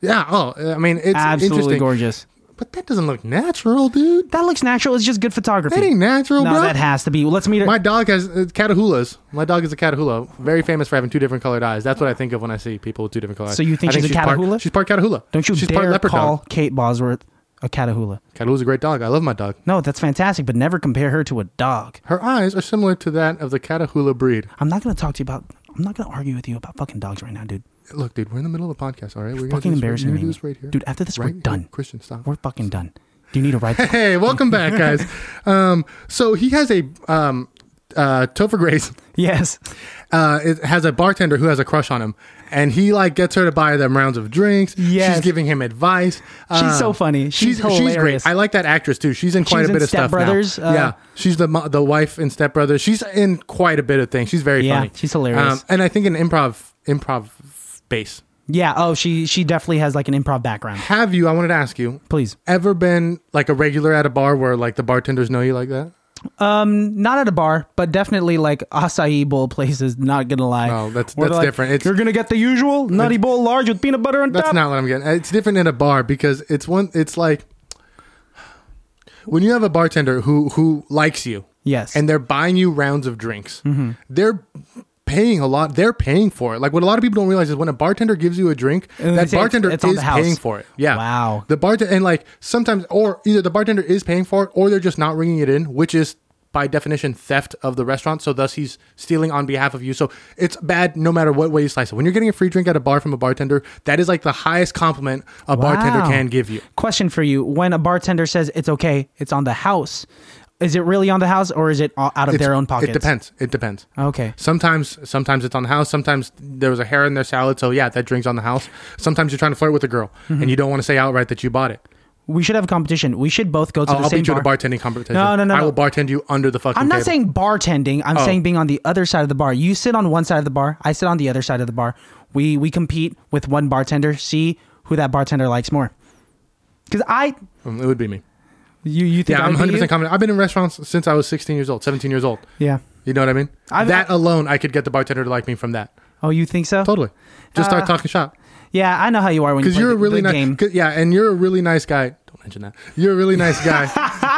[SPEAKER 2] Yeah. Oh, I mean, it's
[SPEAKER 1] Absolutely
[SPEAKER 2] interesting.
[SPEAKER 1] gorgeous.
[SPEAKER 2] But that doesn't look natural, dude.
[SPEAKER 1] That looks natural. It's just good photography.
[SPEAKER 2] That ain't natural,
[SPEAKER 1] no,
[SPEAKER 2] bro.
[SPEAKER 1] that has to be. Let's meet her.
[SPEAKER 2] My dog has uh, catahulas. My dog is a catahula, very famous for having two different colored eyes. That's what I think of when I see people with two different colored eyes.
[SPEAKER 1] So you think
[SPEAKER 2] I
[SPEAKER 1] she's a
[SPEAKER 2] part-
[SPEAKER 1] Catahoula?
[SPEAKER 2] she's part catahula.
[SPEAKER 1] Don't you
[SPEAKER 2] she's part
[SPEAKER 1] dare
[SPEAKER 2] leopard
[SPEAKER 1] call
[SPEAKER 2] dog.
[SPEAKER 1] Kate Bosworth a catahoula.
[SPEAKER 2] Catahula's a great dog. I love my dog.
[SPEAKER 1] No, that's fantastic, but never compare her to a dog.
[SPEAKER 2] Her eyes are similar to that of the catahula breed.
[SPEAKER 1] I'm not gonna talk to you about. I'm not gonna argue with you about fucking dogs right now, dude.
[SPEAKER 2] Look, dude, we're in the middle of the podcast. All right, we're
[SPEAKER 1] fucking
[SPEAKER 2] gonna do this right-
[SPEAKER 1] embarrassing
[SPEAKER 2] we're
[SPEAKER 1] me,
[SPEAKER 2] gonna do this right here,
[SPEAKER 1] dude. After this,
[SPEAKER 2] Right
[SPEAKER 1] we're
[SPEAKER 2] here.
[SPEAKER 1] done.
[SPEAKER 2] Christian, stop.
[SPEAKER 1] We're fucking done. Do you need a
[SPEAKER 2] [LAUGHS]
[SPEAKER 1] ride?
[SPEAKER 2] Hey, welcome back, guys.
[SPEAKER 1] [LAUGHS]
[SPEAKER 2] um, so he has a um, uh, Topher Grace
[SPEAKER 1] yes.
[SPEAKER 2] uh, it has a bartender who has a crush on him, and he like gets her to buy them rounds of drinks.
[SPEAKER 1] Yes.
[SPEAKER 2] she's giving him advice. Um,
[SPEAKER 1] so funny. She's hilarious.
[SPEAKER 2] great. I like that actress too. She's in quite
[SPEAKER 1] She's
[SPEAKER 2] a
[SPEAKER 1] in
[SPEAKER 2] bit of
[SPEAKER 1] Step
[SPEAKER 2] stuff
[SPEAKER 1] Brothers,
[SPEAKER 2] now.
[SPEAKER 1] uh,
[SPEAKER 2] yeah, she's the mo- the wife in Step Brothers. She's in quite a bit of things. She's very
[SPEAKER 1] Yeah,
[SPEAKER 2] funny. Um,
[SPEAKER 1] she's hilarious.
[SPEAKER 2] and I think an improv improv base.
[SPEAKER 1] Yeah. Oh, she she definitely has like an improv background.
[SPEAKER 2] Have you? I wanted to ask you.
[SPEAKER 1] Please.
[SPEAKER 2] Ever been like a regular at a bar where like the bartenders know you like that?
[SPEAKER 1] Um, Not at a bar, but definitely like acai bowl places. Not gonna lie.
[SPEAKER 2] Oh, that's-
[SPEAKER 1] Where they're
[SPEAKER 2] that's
[SPEAKER 1] like,
[SPEAKER 2] different. It's-
[SPEAKER 1] You're gonna get the usual nutty bowl large with peanut butter on
[SPEAKER 2] That's
[SPEAKER 1] top.
[SPEAKER 2] not what I'm getting. It's different in a bar because it's one. It's like when you have a bartender who who likes you
[SPEAKER 1] yes.
[SPEAKER 2] and they're buying you rounds of drinks.
[SPEAKER 1] Mm-hmm.
[SPEAKER 2] They're paying a lot. They're paying for it. Like what a lot of people don't realize is when a bartender gives you a drink,
[SPEAKER 1] And they
[SPEAKER 2] that
[SPEAKER 1] say it's-
[SPEAKER 2] bartender
[SPEAKER 1] it's on
[SPEAKER 2] is
[SPEAKER 1] the house.
[SPEAKER 2] paying for it. Yeah.
[SPEAKER 1] Wow.
[SPEAKER 2] The bartender and like sometimes or either the bartender is paying for it or they're just not ringing it in, which is by definition theft of the restaurant so thus he's stealing on behalf of you so it's bad no matter what way you slice it when you're getting a free drink at a bar from a bartender that is like the highest compliment a bartender
[SPEAKER 1] Wow.
[SPEAKER 2] can give you
[SPEAKER 1] Question for you: When a bartender says it's okay, it's on the house. Is it really on the house, or is it o- out of
[SPEAKER 2] It's-
[SPEAKER 1] their own pockets?
[SPEAKER 2] it depends it depends
[SPEAKER 1] Okay.
[SPEAKER 2] Sometimes, sometimes it's on the house. Sometimes there was a hair in their salad, so yeah, that drink's on the house. Sometimes you're trying to flirt with a girl,
[SPEAKER 1] Mm-hmm.
[SPEAKER 2] and you don't want to say outright that you bought it.
[SPEAKER 1] We should have a competition. We should both go to
[SPEAKER 2] I'll,
[SPEAKER 1] the
[SPEAKER 2] I'll
[SPEAKER 1] same
[SPEAKER 2] beat you
[SPEAKER 1] bar.
[SPEAKER 2] at a bartending competition.
[SPEAKER 1] No, no, no,
[SPEAKER 2] I
[SPEAKER 1] no.
[SPEAKER 2] will bartend you under the fucking.
[SPEAKER 1] I'm not
[SPEAKER 2] table.
[SPEAKER 1] saying bartending. I'm
[SPEAKER 2] Oh.
[SPEAKER 1] saying being on the other side of the bar. You sit on one side of the bar. I sit on the other side of the bar. We we compete with one bartender. See who that bartender likes more. Because I
[SPEAKER 2] Mm, it would be me.
[SPEAKER 1] you you think
[SPEAKER 2] Yeah, I'm
[SPEAKER 1] I
[SPEAKER 2] 100 percent
[SPEAKER 1] confident.
[SPEAKER 2] confident. I've been in restaurants since I was 16 years old, 17 years old.
[SPEAKER 1] Yeah.
[SPEAKER 2] You know what I mean?
[SPEAKER 1] I've-
[SPEAKER 2] that alone, I could get the bartender to like me from that.
[SPEAKER 1] Oh, you think so?
[SPEAKER 2] Totally. Just start
[SPEAKER 1] Uh,
[SPEAKER 2] talking shop
[SPEAKER 1] Yeah, I know how you are when you
[SPEAKER 2] because
[SPEAKER 1] play
[SPEAKER 2] you're a
[SPEAKER 1] the-
[SPEAKER 2] really
[SPEAKER 1] the
[SPEAKER 2] nice.
[SPEAKER 1] game.
[SPEAKER 2] [LAUGHS] 'cause- Yeah, and you're a really nice guy. Don't mention that. You're a really nice
[SPEAKER 1] [LAUGHS]
[SPEAKER 2] guy.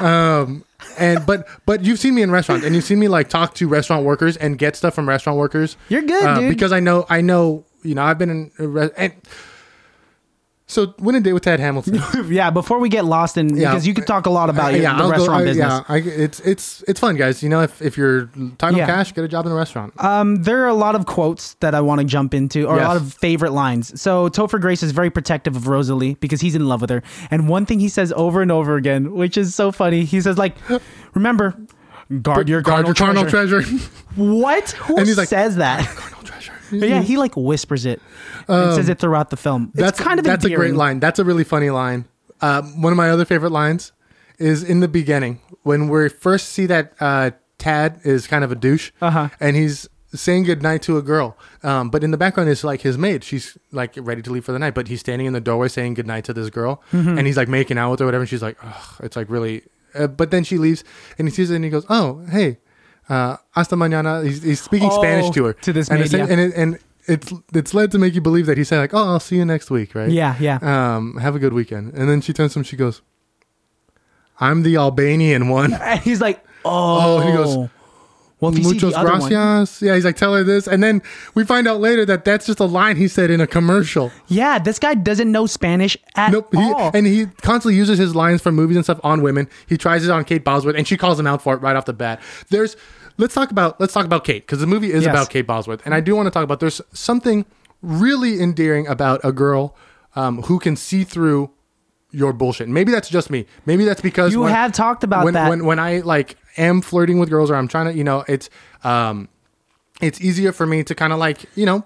[SPEAKER 2] um, and but but you've seen me in restaurants, and you've seen me like talk to restaurant workers and get stuff from restaurant workers. Uh,
[SPEAKER 1] You're good, dude.
[SPEAKER 2] Because I know I know you know I've been in a re- and so when a date with Tad Hamilton.
[SPEAKER 1] [LAUGHS] yeah, before we get lost in
[SPEAKER 2] Yeah.
[SPEAKER 1] because you could talk a lot [LAUGHS] about
[SPEAKER 2] Uh,
[SPEAKER 1] your, the
[SPEAKER 2] I'll go-
[SPEAKER 1] restaurant
[SPEAKER 2] I-
[SPEAKER 1] business.
[SPEAKER 2] Yeah, I, it's it's it's fun, guys. You know, if if you're tight on
[SPEAKER 1] Yeah.
[SPEAKER 2] cash, get a job in a restaurant.
[SPEAKER 1] Um, there are a lot of quotes that I want to jump into, or
[SPEAKER 2] Yes.
[SPEAKER 1] a lot of favorite lines. So Topher Grace is very protective of Rosalie because he's in love with her. And one thing he says over and over again, which is so funny, he says like, "Remember, guard your
[SPEAKER 2] Guard
[SPEAKER 1] carnal,
[SPEAKER 2] your carnal
[SPEAKER 1] treasure."
[SPEAKER 2] treasure.
[SPEAKER 1] [LAUGHS] What? Who
[SPEAKER 2] And he's like,
[SPEAKER 1] says
[SPEAKER 2] [LAUGHS]
[SPEAKER 1] that?
[SPEAKER 2] carnal treasure.
[SPEAKER 1] But yeah, he like whispers it and says it throughout the film. It's
[SPEAKER 2] Um, that's
[SPEAKER 1] kind of
[SPEAKER 2] that's a
[SPEAKER 1] endearing.
[SPEAKER 2] great line. That's a really funny line. Um, one of my other favorite lines is in the beginning when we first see that uh, Tad is kind of a douche,
[SPEAKER 1] Uh-huh.
[SPEAKER 2] and he's saying goodnight to a girl. Um, but in the background is like his maid. She's like ready to leave for the night, but he's standing in the doorway saying goodnight to this girl,
[SPEAKER 1] Mm-hmm.
[SPEAKER 2] and he's like making out with her, whatever. And she's like, Ugh, it's like really. Uh, but then she leaves, and he sees it, and he goes, "Oh, hey, uh, hasta mañana." He's, he's speaking
[SPEAKER 1] Oh,
[SPEAKER 2] Spanish to her
[SPEAKER 1] to this
[SPEAKER 2] and
[SPEAKER 1] maid,
[SPEAKER 2] it's-
[SPEAKER 1] yeah.
[SPEAKER 2] and it, and it's it's led to make you believe that he said like, "Oh, I'll see you next week," right?
[SPEAKER 1] Yeah, yeah.
[SPEAKER 2] um, have a good weekend. And then she turns to him, she goes, I'm the
[SPEAKER 1] [LAUGHS]
[SPEAKER 2] Albanian one.
[SPEAKER 1] And he's like, "Oh."
[SPEAKER 2] Oh, he goes,
[SPEAKER 1] "Well, if Oh, you see
[SPEAKER 2] Muchos
[SPEAKER 1] the other one,
[SPEAKER 2] gracias. Yeah, he's like, tell her this. And then we find out later that that's just a line he said in a commercial.
[SPEAKER 1] yeah, this guy doesn't know Spanish at
[SPEAKER 2] Nope. He,
[SPEAKER 1] all."
[SPEAKER 2] and he constantly uses his lines from movies and stuff on women. He tries it on Kate Bosworth, and she calls him out for it right off the bat. There's let's talk about let's talk about Kate because the movie is
[SPEAKER 1] Yes.
[SPEAKER 2] about Kate Bosworth, and I do want to talk about there's something really endearing about a girl um, who can see through your bullshit. Maybe that's just me. Maybe that's because
[SPEAKER 1] You have talked about
[SPEAKER 2] when,
[SPEAKER 1] that.
[SPEAKER 2] when when I like am flirting with girls or I'm trying to, you know, it's um, it's easier for me to kind of like you know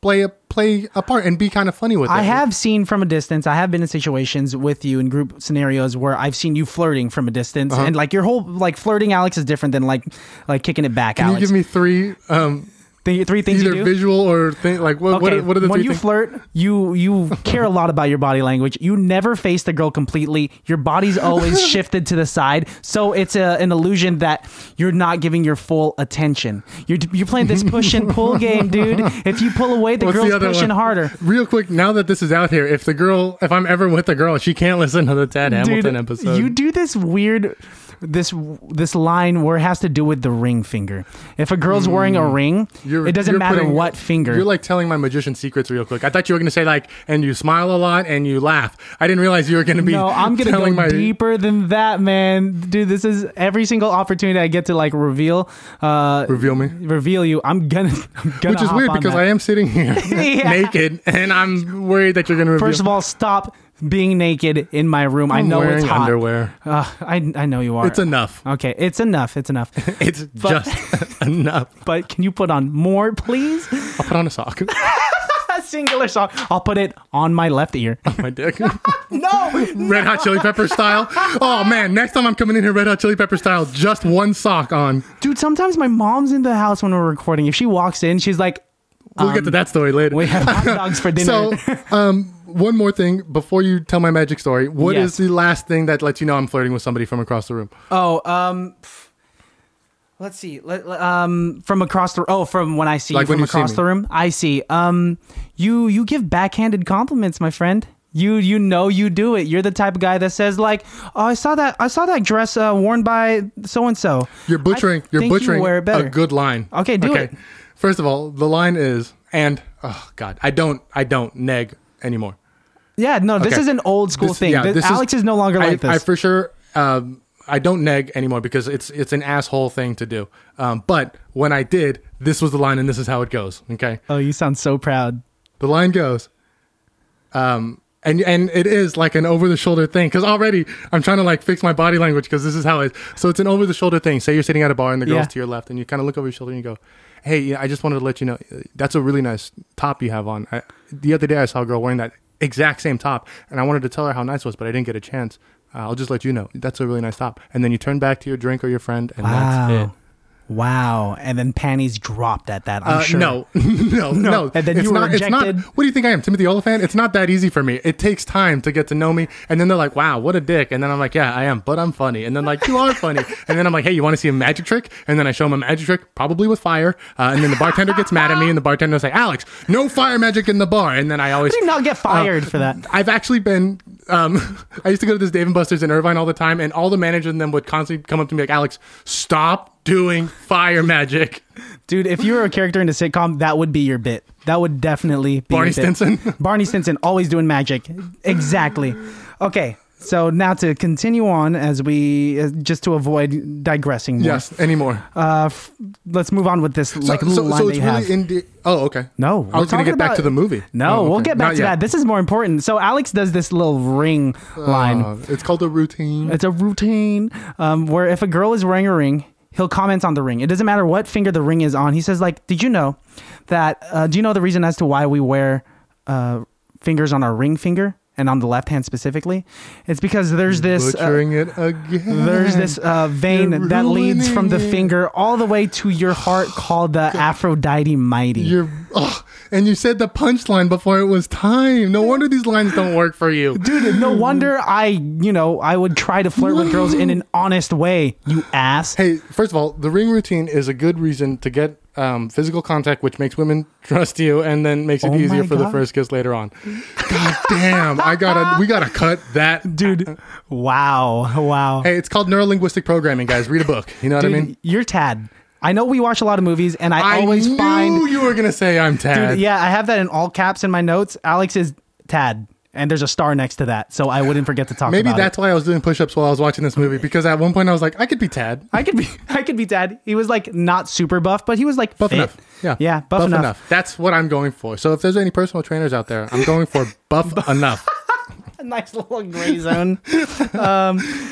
[SPEAKER 2] play a play a part and be kind of funny with it.
[SPEAKER 1] I have seen from a distance. I have been in situations with you in group scenarios where I've seen you flirting from a distance,
[SPEAKER 2] Uh-huh.
[SPEAKER 1] and like your whole like flirting, Alex, is different than like like kicking it back.
[SPEAKER 2] Can
[SPEAKER 1] Alex,
[SPEAKER 2] you give me three, um,
[SPEAKER 1] Th- three things you do.
[SPEAKER 2] either visual or thing, like what, what,
[SPEAKER 1] okay,
[SPEAKER 2] are, what are the
[SPEAKER 1] when
[SPEAKER 2] three
[SPEAKER 1] you
[SPEAKER 2] things?
[SPEAKER 1] flirt, you
[SPEAKER 2] [LAUGHS]
[SPEAKER 1] you care a lot about your body language. You never face the girl completely. Your body's
[SPEAKER 2] [LAUGHS]
[SPEAKER 1] always shifted to the side, so it's a, an illusion that you're not giving your full attention. You're you're playing this push and
[SPEAKER 2] [LAUGHS]
[SPEAKER 1] pull game, dude. If you pull away, the
[SPEAKER 2] What's
[SPEAKER 1] girl's
[SPEAKER 2] the other
[SPEAKER 1] pushing
[SPEAKER 2] one?
[SPEAKER 1] harder.
[SPEAKER 2] Real quick, now that this is out here, if the girl, if I'm ever with a girl, and she can't listen to the Ted Hamilton episode.
[SPEAKER 1] You do this weird this this line where it has to do with the ring finger. If a girl's wearing a ring,
[SPEAKER 2] Mm. You're-
[SPEAKER 1] it doesn't
[SPEAKER 2] you're
[SPEAKER 1] matter
[SPEAKER 2] putting-
[SPEAKER 1] what finger.
[SPEAKER 2] You're like telling my magician secrets real quick. I thought you were going to say like, and you smile a lot and you laugh. I didn't realize you were going to be.
[SPEAKER 1] no, I'm gonna go
[SPEAKER 2] telling my,
[SPEAKER 1] deeper than that, man. Dude, this is every single opportunity I get to like reveal, uh,
[SPEAKER 2] Reveal me.
[SPEAKER 1] reveal you. I'm gonna, [LAUGHS] I'm gonna
[SPEAKER 2] Which is
[SPEAKER 1] hop
[SPEAKER 2] weird
[SPEAKER 1] on
[SPEAKER 2] because
[SPEAKER 1] that.
[SPEAKER 2] I am sitting here
[SPEAKER 1] [LAUGHS] Yeah.
[SPEAKER 2] [LAUGHS] naked and I'm worried that you're going to reveal.
[SPEAKER 1] First of all, stop being naked in my room. i
[SPEAKER 2] I'm
[SPEAKER 1] know
[SPEAKER 2] wearing
[SPEAKER 1] it's hot.
[SPEAKER 2] underwear.
[SPEAKER 1] Ugh, I I know you are.
[SPEAKER 2] It's enough.
[SPEAKER 1] okay, it's enough. It's
[SPEAKER 2] [LAUGHS]
[SPEAKER 1] enough.
[SPEAKER 2] It's just [LAUGHS] enough.
[SPEAKER 1] but can you put on more, please?
[SPEAKER 2] I'll put on a sock. [LAUGHS]
[SPEAKER 1] [LAUGHS] a singular song. I'll put it on my left ear. [LAUGHS]
[SPEAKER 2] my dick.
[SPEAKER 1] no,
[SPEAKER 2] Red Hot Chili Pepper style. Oh man, next time I'm coming in here, Red Hot Chili Pepper style, just one sock on.
[SPEAKER 1] dude. Sometimes my mom's in the house when we're recording. If she walks in, she's like,
[SPEAKER 2] We'll get to that story later.
[SPEAKER 1] Um, "We have
[SPEAKER 2] [LAUGHS]
[SPEAKER 1] hot dogs for dinner." [LAUGHS]
[SPEAKER 2] so, um, one more thing before you tell my magic story. What
[SPEAKER 1] Yes.
[SPEAKER 2] is the last thing that lets you know I'm flirting with somebody from across the room?
[SPEAKER 1] oh, um, pff, let's see. Let, let- um, from across the oh, from when I see
[SPEAKER 2] Like
[SPEAKER 1] you
[SPEAKER 2] when
[SPEAKER 1] from
[SPEAKER 2] you see
[SPEAKER 1] across
[SPEAKER 2] me.
[SPEAKER 1] the room, I see. Um, you you give backhanded compliments, my friend. You you know you do it. You're the type of guy that says like, "Oh, I saw that I saw that dress uh, worn by so and so."
[SPEAKER 2] You're butchering.
[SPEAKER 1] I
[SPEAKER 2] You're
[SPEAKER 1] think you
[SPEAKER 2] butchering
[SPEAKER 1] wear it better.
[SPEAKER 2] a good line.
[SPEAKER 1] Okay, do it.
[SPEAKER 2] First of all, the line is and oh god, I don't, I don't neg anymore.
[SPEAKER 1] Yeah, no, this
[SPEAKER 2] Okay.
[SPEAKER 1] is an old school
[SPEAKER 2] This-
[SPEAKER 1] thing.
[SPEAKER 2] yeah,
[SPEAKER 1] This-
[SPEAKER 2] this is-
[SPEAKER 1] Alex is, no longer
[SPEAKER 2] I,
[SPEAKER 1] like this.
[SPEAKER 2] I for sure. Um, I don't neg anymore because it's it's an asshole thing to do. Um, but when I did, this was the line, and this is how it goes. Okay,
[SPEAKER 1] Oh, you sound so proud.
[SPEAKER 2] the line goes, um, and and it is like an over the shoulder thing because already I'm trying to like fix my body language because this is how it. So it's an over the shoulder thing. Say you're sitting at a bar and the girl's
[SPEAKER 1] Yeah.
[SPEAKER 2] to your left, and you kind of look over your shoulder and you go, "Hey, yeah, I just wanted to let you know uh, that's a really nice top you have on." I, the other day I saw a girl wearing that exact same top, and I wanted to tell her how nice it was, but I didn't get a chance. Uh, I'll just let you know that's a really nice top, and then you turn back to your drink or your friend, and that's it.
[SPEAKER 1] Wow. And then panties dropped at that. I'm
[SPEAKER 2] Uh,
[SPEAKER 1] sure.
[SPEAKER 2] No, [LAUGHS]
[SPEAKER 1] [LAUGHS]
[SPEAKER 2] no, no,
[SPEAKER 1] And then
[SPEAKER 2] it's
[SPEAKER 1] you were
[SPEAKER 2] not, it's not-
[SPEAKER 1] rejected.
[SPEAKER 2] what do you think I am, Timothy Oliphant? It's not that easy for me. It takes time to get to know me, and then they're like, "Wow, what a dick," and then I'm like, "Yeah, I am, but I'm funny." And then like, "You are
[SPEAKER 1] [LAUGHS]
[SPEAKER 2] funny," and then I'm like, "Hey, you want to see a magic trick?" And then I show them a magic trick, probably with fire, uh, and then the bartender gets mad at me, and the bartender's like, "Alex, no fire magic in the bar," and then I always Uh,
[SPEAKER 1] You did not get fired for that.
[SPEAKER 2] I've actually been. Um, [LAUGHS] I used to go to this Dave and Buster's in Irvine all the time, and all the managers in them would constantly come up to me like, "Alex, stop doing fire magic."
[SPEAKER 1] Dude, if you were a character in a sitcom, that would be your bit. That would definitely be
[SPEAKER 2] Barney
[SPEAKER 1] your bit.
[SPEAKER 2] Stinson?
[SPEAKER 1] [LAUGHS] Barney Stinson, always doing magic. Exactly. Okay. So now to continue on as we, uh, just to avoid digressing more,
[SPEAKER 2] Yes, anymore.
[SPEAKER 1] uh, f- let's move on with this like little line that
[SPEAKER 2] it's
[SPEAKER 1] you have.
[SPEAKER 2] indi- oh, okay.
[SPEAKER 1] No,
[SPEAKER 2] I
[SPEAKER 1] we're
[SPEAKER 2] was going
[SPEAKER 1] talking
[SPEAKER 2] to get back
[SPEAKER 1] about-
[SPEAKER 2] to the movie.
[SPEAKER 1] No,
[SPEAKER 2] Oh, okay.
[SPEAKER 1] we'll get back
[SPEAKER 2] Not
[SPEAKER 1] to
[SPEAKER 2] yet.
[SPEAKER 1] that. This is more important. So Alex does this little ring line.
[SPEAKER 2] Uh, it's called a routine.
[SPEAKER 1] It's a routine um, where if a girl is wearing a ring, he'll comment on the ring. It doesn't matter what finger the ring is on. He says like, "Did you know that? Uh, do you know the reason as to why we wear uh, fingers on our ring finger and on the left hand specifically? It's because there's this." uh,
[SPEAKER 2] Butchering it again.
[SPEAKER 1] there's this uh, vein
[SPEAKER 2] [LAUGHS] You're
[SPEAKER 1] that leads from the
[SPEAKER 2] ruining it.
[SPEAKER 1] finger all the way to your heart called the Aphrodite Mighty.
[SPEAKER 2] You're, oh, and you said the punchline before it was time. No wonder these lines don't work for you.
[SPEAKER 1] Dude, no wonder I, you know, I would try to flirt with girls in an honest way, you ass.
[SPEAKER 2] Hey, first of all, the ring routine is a good reason to get um, physical contact, which makes women [LAUGHS] trust you, and then makes it
[SPEAKER 1] Oh my
[SPEAKER 2] easier for the
[SPEAKER 1] God.
[SPEAKER 2] first kiss later on. God damn! I gotta, we gotta cut that.
[SPEAKER 1] Dude, wow, wow.
[SPEAKER 2] Hey, it's called neurolinguistic programming, guys. Read a book. You know what
[SPEAKER 1] Dude,
[SPEAKER 2] I mean?
[SPEAKER 1] you're Tad. I know we watch a lot of movies, and I,
[SPEAKER 2] I
[SPEAKER 1] always
[SPEAKER 2] knew
[SPEAKER 1] find.
[SPEAKER 2] you were gonna say I'm Tad.
[SPEAKER 1] Dude, yeah, I have that in all caps in my notes. Alex is Tad. and there's a star next to that, so I wouldn't forget to talk.
[SPEAKER 2] Maybe
[SPEAKER 1] about it.
[SPEAKER 2] that's why I was doing push-ups while I was watching this movie because at one point I was like, I could be Tad.
[SPEAKER 1] I could be [LAUGHS] I could be dad. He was like not super buff, but he was like
[SPEAKER 2] Buff
[SPEAKER 1] fit.
[SPEAKER 2] enough. Yeah.
[SPEAKER 1] Yeah, buff, enough.
[SPEAKER 2] That's what I'm going for. So if there's any personal trainers out there, I'm
[SPEAKER 1] [LAUGHS]
[SPEAKER 2] going for buff enough.
[SPEAKER 1] A [LAUGHS] nice little gray zone. [LAUGHS]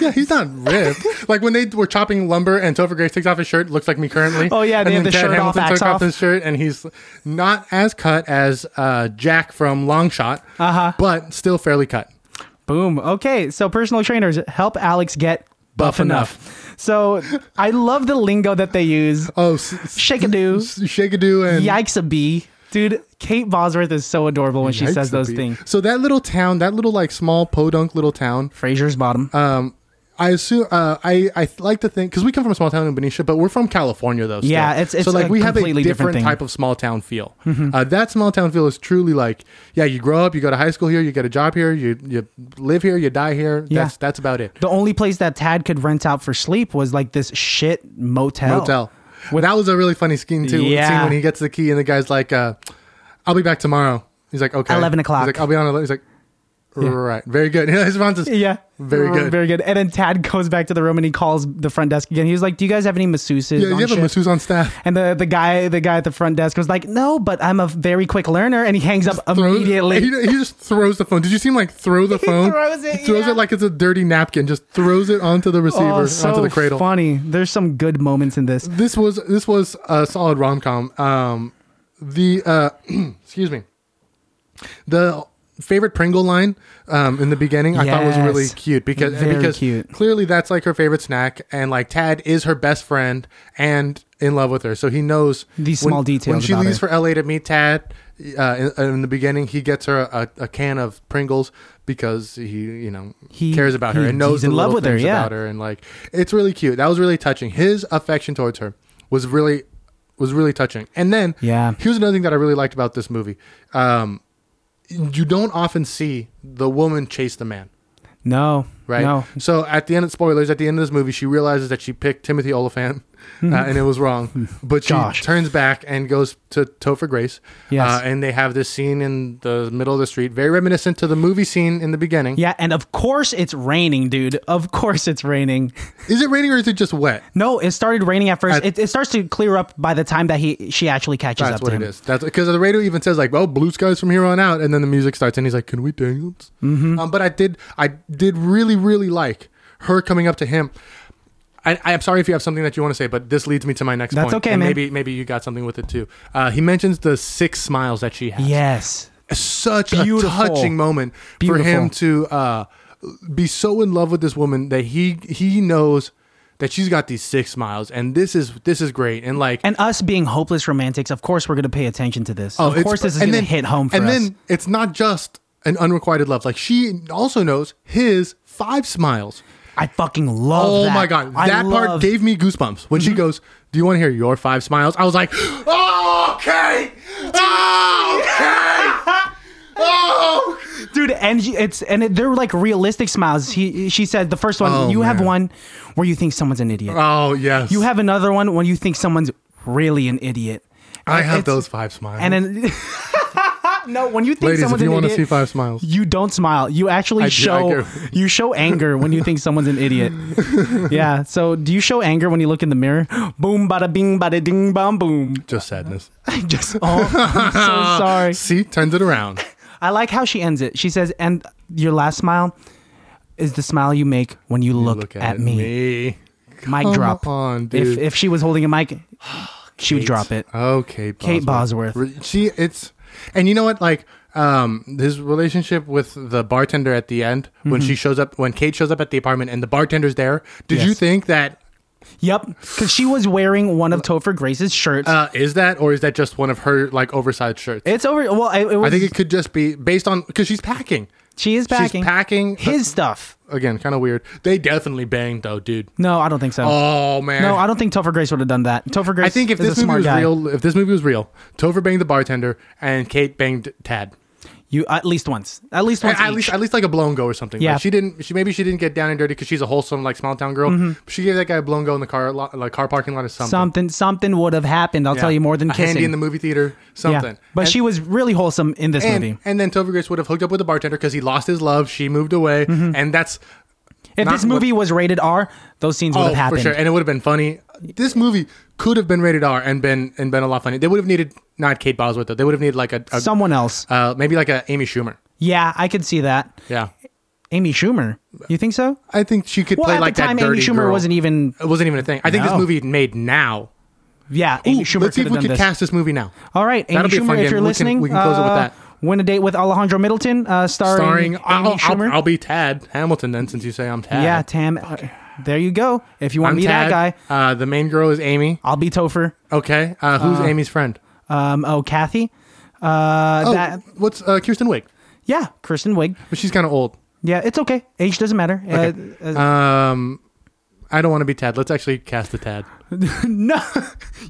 [SPEAKER 2] Yeah, he's not ripped. like when they were chopping lumber and Topher Grace takes off his shirt, looks like me currently.
[SPEAKER 1] Oh, yeah,
[SPEAKER 2] and
[SPEAKER 1] they have the
[SPEAKER 2] Tad
[SPEAKER 1] shirt off,
[SPEAKER 2] Hamilton
[SPEAKER 1] axe
[SPEAKER 2] took off
[SPEAKER 1] off.
[SPEAKER 2] his shirt and he's not as cut as uh, Jack from Long Shot, uh-huh. but still fairly cut.
[SPEAKER 1] Boom. Okay, so personal trainers help Alex get buff,
[SPEAKER 2] Buff
[SPEAKER 1] enough. So I love the lingo that they use.
[SPEAKER 2] Oh, s- s-
[SPEAKER 1] Shake a
[SPEAKER 2] [LAUGHS]
[SPEAKER 1] do.
[SPEAKER 2] s- shake a do and
[SPEAKER 1] Yikes a bee. Dude, Kate Bosworth is so adorable when she
[SPEAKER 2] Yikes
[SPEAKER 1] says
[SPEAKER 2] the
[SPEAKER 1] those
[SPEAKER 2] beat.
[SPEAKER 1] things.
[SPEAKER 2] So that little town, that little like small podunk little town,
[SPEAKER 1] Fraser's bottom.
[SPEAKER 2] um, I assume uh, I I like to think because we come from a small town in Benicia, but we're from California though. still.
[SPEAKER 1] Yeah, it's- it's
[SPEAKER 2] so like
[SPEAKER 1] a
[SPEAKER 2] we have a
[SPEAKER 1] completely
[SPEAKER 2] different,
[SPEAKER 1] different thing. Mm-hmm.
[SPEAKER 2] type of small town feel. Uh, that small town feel is truly like yeah, you grow up, you go to high school here, you get a job here, you you live here, you die here.
[SPEAKER 1] Yeah.
[SPEAKER 2] That's that's about it.
[SPEAKER 1] the only place that Tad could rent out for sleep was like this shit motel.
[SPEAKER 2] Hotel. that was a really funny scene too.
[SPEAKER 1] Yeah.
[SPEAKER 2] Scene when he gets the key and the guy's like, uh, "I'll be back tomorrow." He's like, "Okay."
[SPEAKER 1] 11 o'clock.
[SPEAKER 2] He's like, "I'll be on." 11. He's like, "Right, very good." [LAUGHS] His response is,
[SPEAKER 1] Yeah.
[SPEAKER 2] Very
[SPEAKER 1] R-
[SPEAKER 2] good.
[SPEAKER 1] Very good. And then Tad [LAUGHS] goes back to the room and he calls the front desk again. He was like, Do you guys have any masseuses?
[SPEAKER 2] "Yeah,
[SPEAKER 1] on
[SPEAKER 2] you have a
[SPEAKER 1] shift?"
[SPEAKER 2] masseuse on staff."
[SPEAKER 1] And the, the guy the guy at the front desk was like, No, but I'm a very quick learner and he hangs up
[SPEAKER 2] throws-
[SPEAKER 1] immediately.
[SPEAKER 2] [LAUGHS] He, he just throws the phone. Did you see him like
[SPEAKER 1] [LAUGHS]
[SPEAKER 2] throw the phone?
[SPEAKER 1] throws it,
[SPEAKER 2] He throws
[SPEAKER 1] yeah.
[SPEAKER 2] it like it's a dirty napkin. Just throws it onto the receiver,
[SPEAKER 1] Oh, so
[SPEAKER 2] onto the cradle.
[SPEAKER 1] funny. There's some good moments in this.
[SPEAKER 2] This was this was a solid rom com. Um, the uh, [CLEARS THROAT] excuse me, the favorite Pringle line um, in the beginning I thought was
[SPEAKER 1] Yes.
[SPEAKER 2] really cute because
[SPEAKER 1] Very
[SPEAKER 2] because
[SPEAKER 1] cute.
[SPEAKER 2] clearly that's like her favorite snack and like Tad is her best friend and in love with her so he knows
[SPEAKER 1] These small details
[SPEAKER 2] when she
[SPEAKER 1] about
[SPEAKER 2] leaves
[SPEAKER 1] her.
[SPEAKER 2] for LA to meet Tad uh, in, in the beginning he gets her a, a can of Pringles because he you know
[SPEAKER 1] He-
[SPEAKER 2] cares about her
[SPEAKER 1] he-
[SPEAKER 2] and knows
[SPEAKER 1] he's in
[SPEAKER 2] the
[SPEAKER 1] love
[SPEAKER 2] little
[SPEAKER 1] with her,
[SPEAKER 2] things
[SPEAKER 1] yeah.
[SPEAKER 2] about her and like it's really cute that was really touching his affection towards her was really was really touching and then
[SPEAKER 1] Yeah.
[SPEAKER 2] here's another thing that I really liked about this movie um you don't often see the woman chase the man,
[SPEAKER 1] No.
[SPEAKER 2] right?
[SPEAKER 1] No.
[SPEAKER 2] So at the end, of spoilers. At the end of this movie, she realizes that she picked Timothy Oliphant,
[SPEAKER 1] [LAUGHS]
[SPEAKER 2] uh, and it was wrong. But she
[SPEAKER 1] Gosh.
[SPEAKER 2] turns back and goes to Topher Grace.
[SPEAKER 1] Yes.
[SPEAKER 2] Uh, and they have this scene in the middle of the street, very reminiscent to the movie scene in the beginning.
[SPEAKER 1] Yeah, and of course it's raining, dude. Of course it's raining.
[SPEAKER 2] Is it raining or is it just wet?
[SPEAKER 1] No, it started raining at first.
[SPEAKER 2] I-
[SPEAKER 1] it, it starts to clear up by the time that he she actually catches
[SPEAKER 2] That's
[SPEAKER 1] up
[SPEAKER 2] what
[SPEAKER 1] to
[SPEAKER 2] it
[SPEAKER 1] him.
[SPEAKER 2] is. That's because the radio even says like, "Well, blue skies from here on out," and then the music starts, and he's like, "Can we dance?" Mm-hmm. Um, but I did, I did really, really like her coming up to him. I, I am sorry if you have something that you want to say, but this leads me to my next
[SPEAKER 1] That's
[SPEAKER 2] point.
[SPEAKER 1] okay,
[SPEAKER 2] and
[SPEAKER 1] man.
[SPEAKER 2] Maybe, maybe you got something with it too. Uh, he mentions the six smiles that she has.
[SPEAKER 1] Yes.
[SPEAKER 2] such
[SPEAKER 1] Beautiful.
[SPEAKER 2] a touching moment
[SPEAKER 1] Beautiful.
[SPEAKER 2] for him to uh, be so in love with this woman that he he knows that she's got these six smiles, and this is this is great. And like,
[SPEAKER 1] And us being hopeless romantics, of course we're going to pay attention to this. of
[SPEAKER 2] Oh, it's-
[SPEAKER 1] course this is
[SPEAKER 2] and
[SPEAKER 1] going to
[SPEAKER 2] then-
[SPEAKER 1] hit home for
[SPEAKER 2] and
[SPEAKER 1] us.
[SPEAKER 2] then it's not just an unrequited love. Like she also knows his five smiles.
[SPEAKER 1] I fucking love
[SPEAKER 2] Oh
[SPEAKER 1] that.
[SPEAKER 2] my god,
[SPEAKER 1] I
[SPEAKER 2] that part
[SPEAKER 1] love- Mm-hmm.
[SPEAKER 2] gave me goosebumps when she goes, "Do you want to hear your five smiles?" I was like, [GASPS] oh, "Okay, oh, okay."
[SPEAKER 1] [LAUGHS]
[SPEAKER 2] Oh,
[SPEAKER 1] dude and she- it's and it, they're like realistic smiles. He she said the first one,
[SPEAKER 2] Oh,
[SPEAKER 1] you have
[SPEAKER 2] man.
[SPEAKER 1] one where you think someone's an idiot.
[SPEAKER 2] oh yes.
[SPEAKER 1] You have another one when you think someone's really an idiot.
[SPEAKER 2] I have
[SPEAKER 1] it's-
[SPEAKER 2] those five smiles.
[SPEAKER 1] And then
[SPEAKER 2] [LAUGHS]
[SPEAKER 1] [LAUGHS] no, when you think
[SPEAKER 2] Ladies,
[SPEAKER 1] someone's
[SPEAKER 2] if you
[SPEAKER 1] an
[SPEAKER 2] want to
[SPEAKER 1] idiot,
[SPEAKER 2] see five smiles,
[SPEAKER 1] you don't smile. You actually
[SPEAKER 2] I do, I
[SPEAKER 1] show
[SPEAKER 2] go-
[SPEAKER 1] you show anger when you think someone's an
[SPEAKER 2] [LAUGHS]
[SPEAKER 1] idiot. yeah. So do you show anger when you look in the mirror? Boom, bada bing, bada ding, bam, boom.
[SPEAKER 2] just sadness.
[SPEAKER 1] Just [LAUGHS] oh, I'm so
[SPEAKER 2] [LAUGHS]
[SPEAKER 1] sorry.
[SPEAKER 2] See, turns it
[SPEAKER 1] [LAUGHS]
[SPEAKER 2] around.
[SPEAKER 1] I like how she ends it. She says, "And your last smile is the smile you make when you, look, at,
[SPEAKER 2] it,
[SPEAKER 1] me."
[SPEAKER 2] me.
[SPEAKER 1] Mic
[SPEAKER 2] Come
[SPEAKER 1] drop.
[SPEAKER 2] on,
[SPEAKER 1] if
[SPEAKER 2] dude.
[SPEAKER 1] if she was holding a
[SPEAKER 2] [SIGHS]
[SPEAKER 1] mic, she would
[SPEAKER 2] Kate.
[SPEAKER 1] drop it.
[SPEAKER 2] Oh, Kate Bosworth.
[SPEAKER 1] Kate Bosworth.
[SPEAKER 2] Re- She it's and you know what like um his relationship with the bartender at the end when
[SPEAKER 1] Mm-hmm.
[SPEAKER 2] she shows up when Kate shows up at the apartment and the bartender's there. Did you
[SPEAKER 1] Yes.
[SPEAKER 2] think that
[SPEAKER 1] Yep, because she was wearing one of Topher Grace's shirts.
[SPEAKER 2] uh is that or is that just one of her like oversized shirts?
[SPEAKER 1] it's over. Well, I, it was,
[SPEAKER 2] I think it could just be based on because she's packing.
[SPEAKER 1] she is packing.
[SPEAKER 2] She's packing Uh,
[SPEAKER 1] his stuff.
[SPEAKER 2] again, kind of weird. They definitely banged though, dude.
[SPEAKER 1] No, I don't think so.
[SPEAKER 2] Oh man.
[SPEAKER 1] no, I don't think Topher Grace would have done that. Topher Grace.
[SPEAKER 2] I think if
[SPEAKER 1] is
[SPEAKER 2] this
[SPEAKER 1] a
[SPEAKER 2] movie
[SPEAKER 1] smart
[SPEAKER 2] was
[SPEAKER 1] guy.
[SPEAKER 2] real, if this movie was real, Topher banged the bartender and Kate banged Tad.
[SPEAKER 1] You at least once. At least once.
[SPEAKER 2] At
[SPEAKER 1] each.
[SPEAKER 2] least, at least like a blown go or something.
[SPEAKER 1] Yeah.
[SPEAKER 2] Like, she didn't. She maybe she didn't get down and dirty because she's a wholesome like small town girl.
[SPEAKER 1] Mm-hmm.
[SPEAKER 2] But she gave that guy a blown go in the car lot, like car parking lot or something.
[SPEAKER 1] something something would have happened. I'll
[SPEAKER 2] Yeah.
[SPEAKER 1] tell you more than
[SPEAKER 2] a
[SPEAKER 1] kissing.
[SPEAKER 2] handy in the movie theater. Something.
[SPEAKER 1] Yeah. But
[SPEAKER 2] And-
[SPEAKER 1] she was really wholesome in this
[SPEAKER 2] and,
[SPEAKER 1] movie.
[SPEAKER 2] and then Tova Grace would have hooked up with the bartender because he lost his love. She moved away,
[SPEAKER 1] Mm-hmm.
[SPEAKER 2] and that's
[SPEAKER 1] If
[SPEAKER 2] not
[SPEAKER 1] this movie was rated R, those scenes would have
[SPEAKER 2] oh for
[SPEAKER 1] happened.
[SPEAKER 2] sure. And it would have been funny. This movie could have been rated R and been and been a lot funny. They would have needed not Kate Bosworth though. They would have needed like a, a
[SPEAKER 1] Someone else.
[SPEAKER 2] uh, maybe like a Amy Schumer.
[SPEAKER 1] Yeah, I could see that.
[SPEAKER 2] Yeah,
[SPEAKER 1] Amy Schumer. You think so?
[SPEAKER 2] I think she could
[SPEAKER 1] Well,
[SPEAKER 2] play
[SPEAKER 1] at
[SPEAKER 2] like
[SPEAKER 1] the time,
[SPEAKER 2] that
[SPEAKER 1] Amy
[SPEAKER 2] dirty
[SPEAKER 1] Schumer
[SPEAKER 2] girl.
[SPEAKER 1] wasn't even.
[SPEAKER 2] It wasn't even a thing. I think
[SPEAKER 1] No.
[SPEAKER 2] this movie made now.
[SPEAKER 1] Yeah, Amy
[SPEAKER 2] Ooh,
[SPEAKER 1] Schumer.
[SPEAKER 2] let's see if
[SPEAKER 1] could've
[SPEAKER 2] we
[SPEAKER 1] done
[SPEAKER 2] could
[SPEAKER 1] this.
[SPEAKER 2] cast this movie now.
[SPEAKER 1] All right, Amy
[SPEAKER 2] That'll be a fun
[SPEAKER 1] Summer, if
[SPEAKER 2] game.
[SPEAKER 1] you're
[SPEAKER 2] We can-
[SPEAKER 1] listening,
[SPEAKER 2] we can close it with
[SPEAKER 1] uh,
[SPEAKER 2] that.
[SPEAKER 1] Win a date with Alejandro Middleton, uh, starring,
[SPEAKER 2] Starring, I'll,
[SPEAKER 1] Amy
[SPEAKER 2] I'll-
[SPEAKER 1] Schumer.
[SPEAKER 2] I'll be Tad Hamilton then, since you say I'm Tad.
[SPEAKER 1] yeah, Tam. uh, there you go. If you want
[SPEAKER 2] I'm
[SPEAKER 1] to be
[SPEAKER 2] Tad.
[SPEAKER 1] that guy,
[SPEAKER 2] Uh, the main girl is Amy.
[SPEAKER 1] I'll be Topher.
[SPEAKER 2] Okay, uh, who's Amy's friend?
[SPEAKER 1] Um, oh, Kathy. Uh,
[SPEAKER 2] Oh,
[SPEAKER 1] that
[SPEAKER 2] what's uh, Kirsten Wiig?
[SPEAKER 1] yeah, Kristen Wiig.
[SPEAKER 2] But she's kind of old.
[SPEAKER 1] Yeah, it's okay. Age doesn't matter. Uh, uh,
[SPEAKER 2] Um, I don't want to be Tad. Let's actually cast a Tad.
[SPEAKER 1] [LAUGHS] no,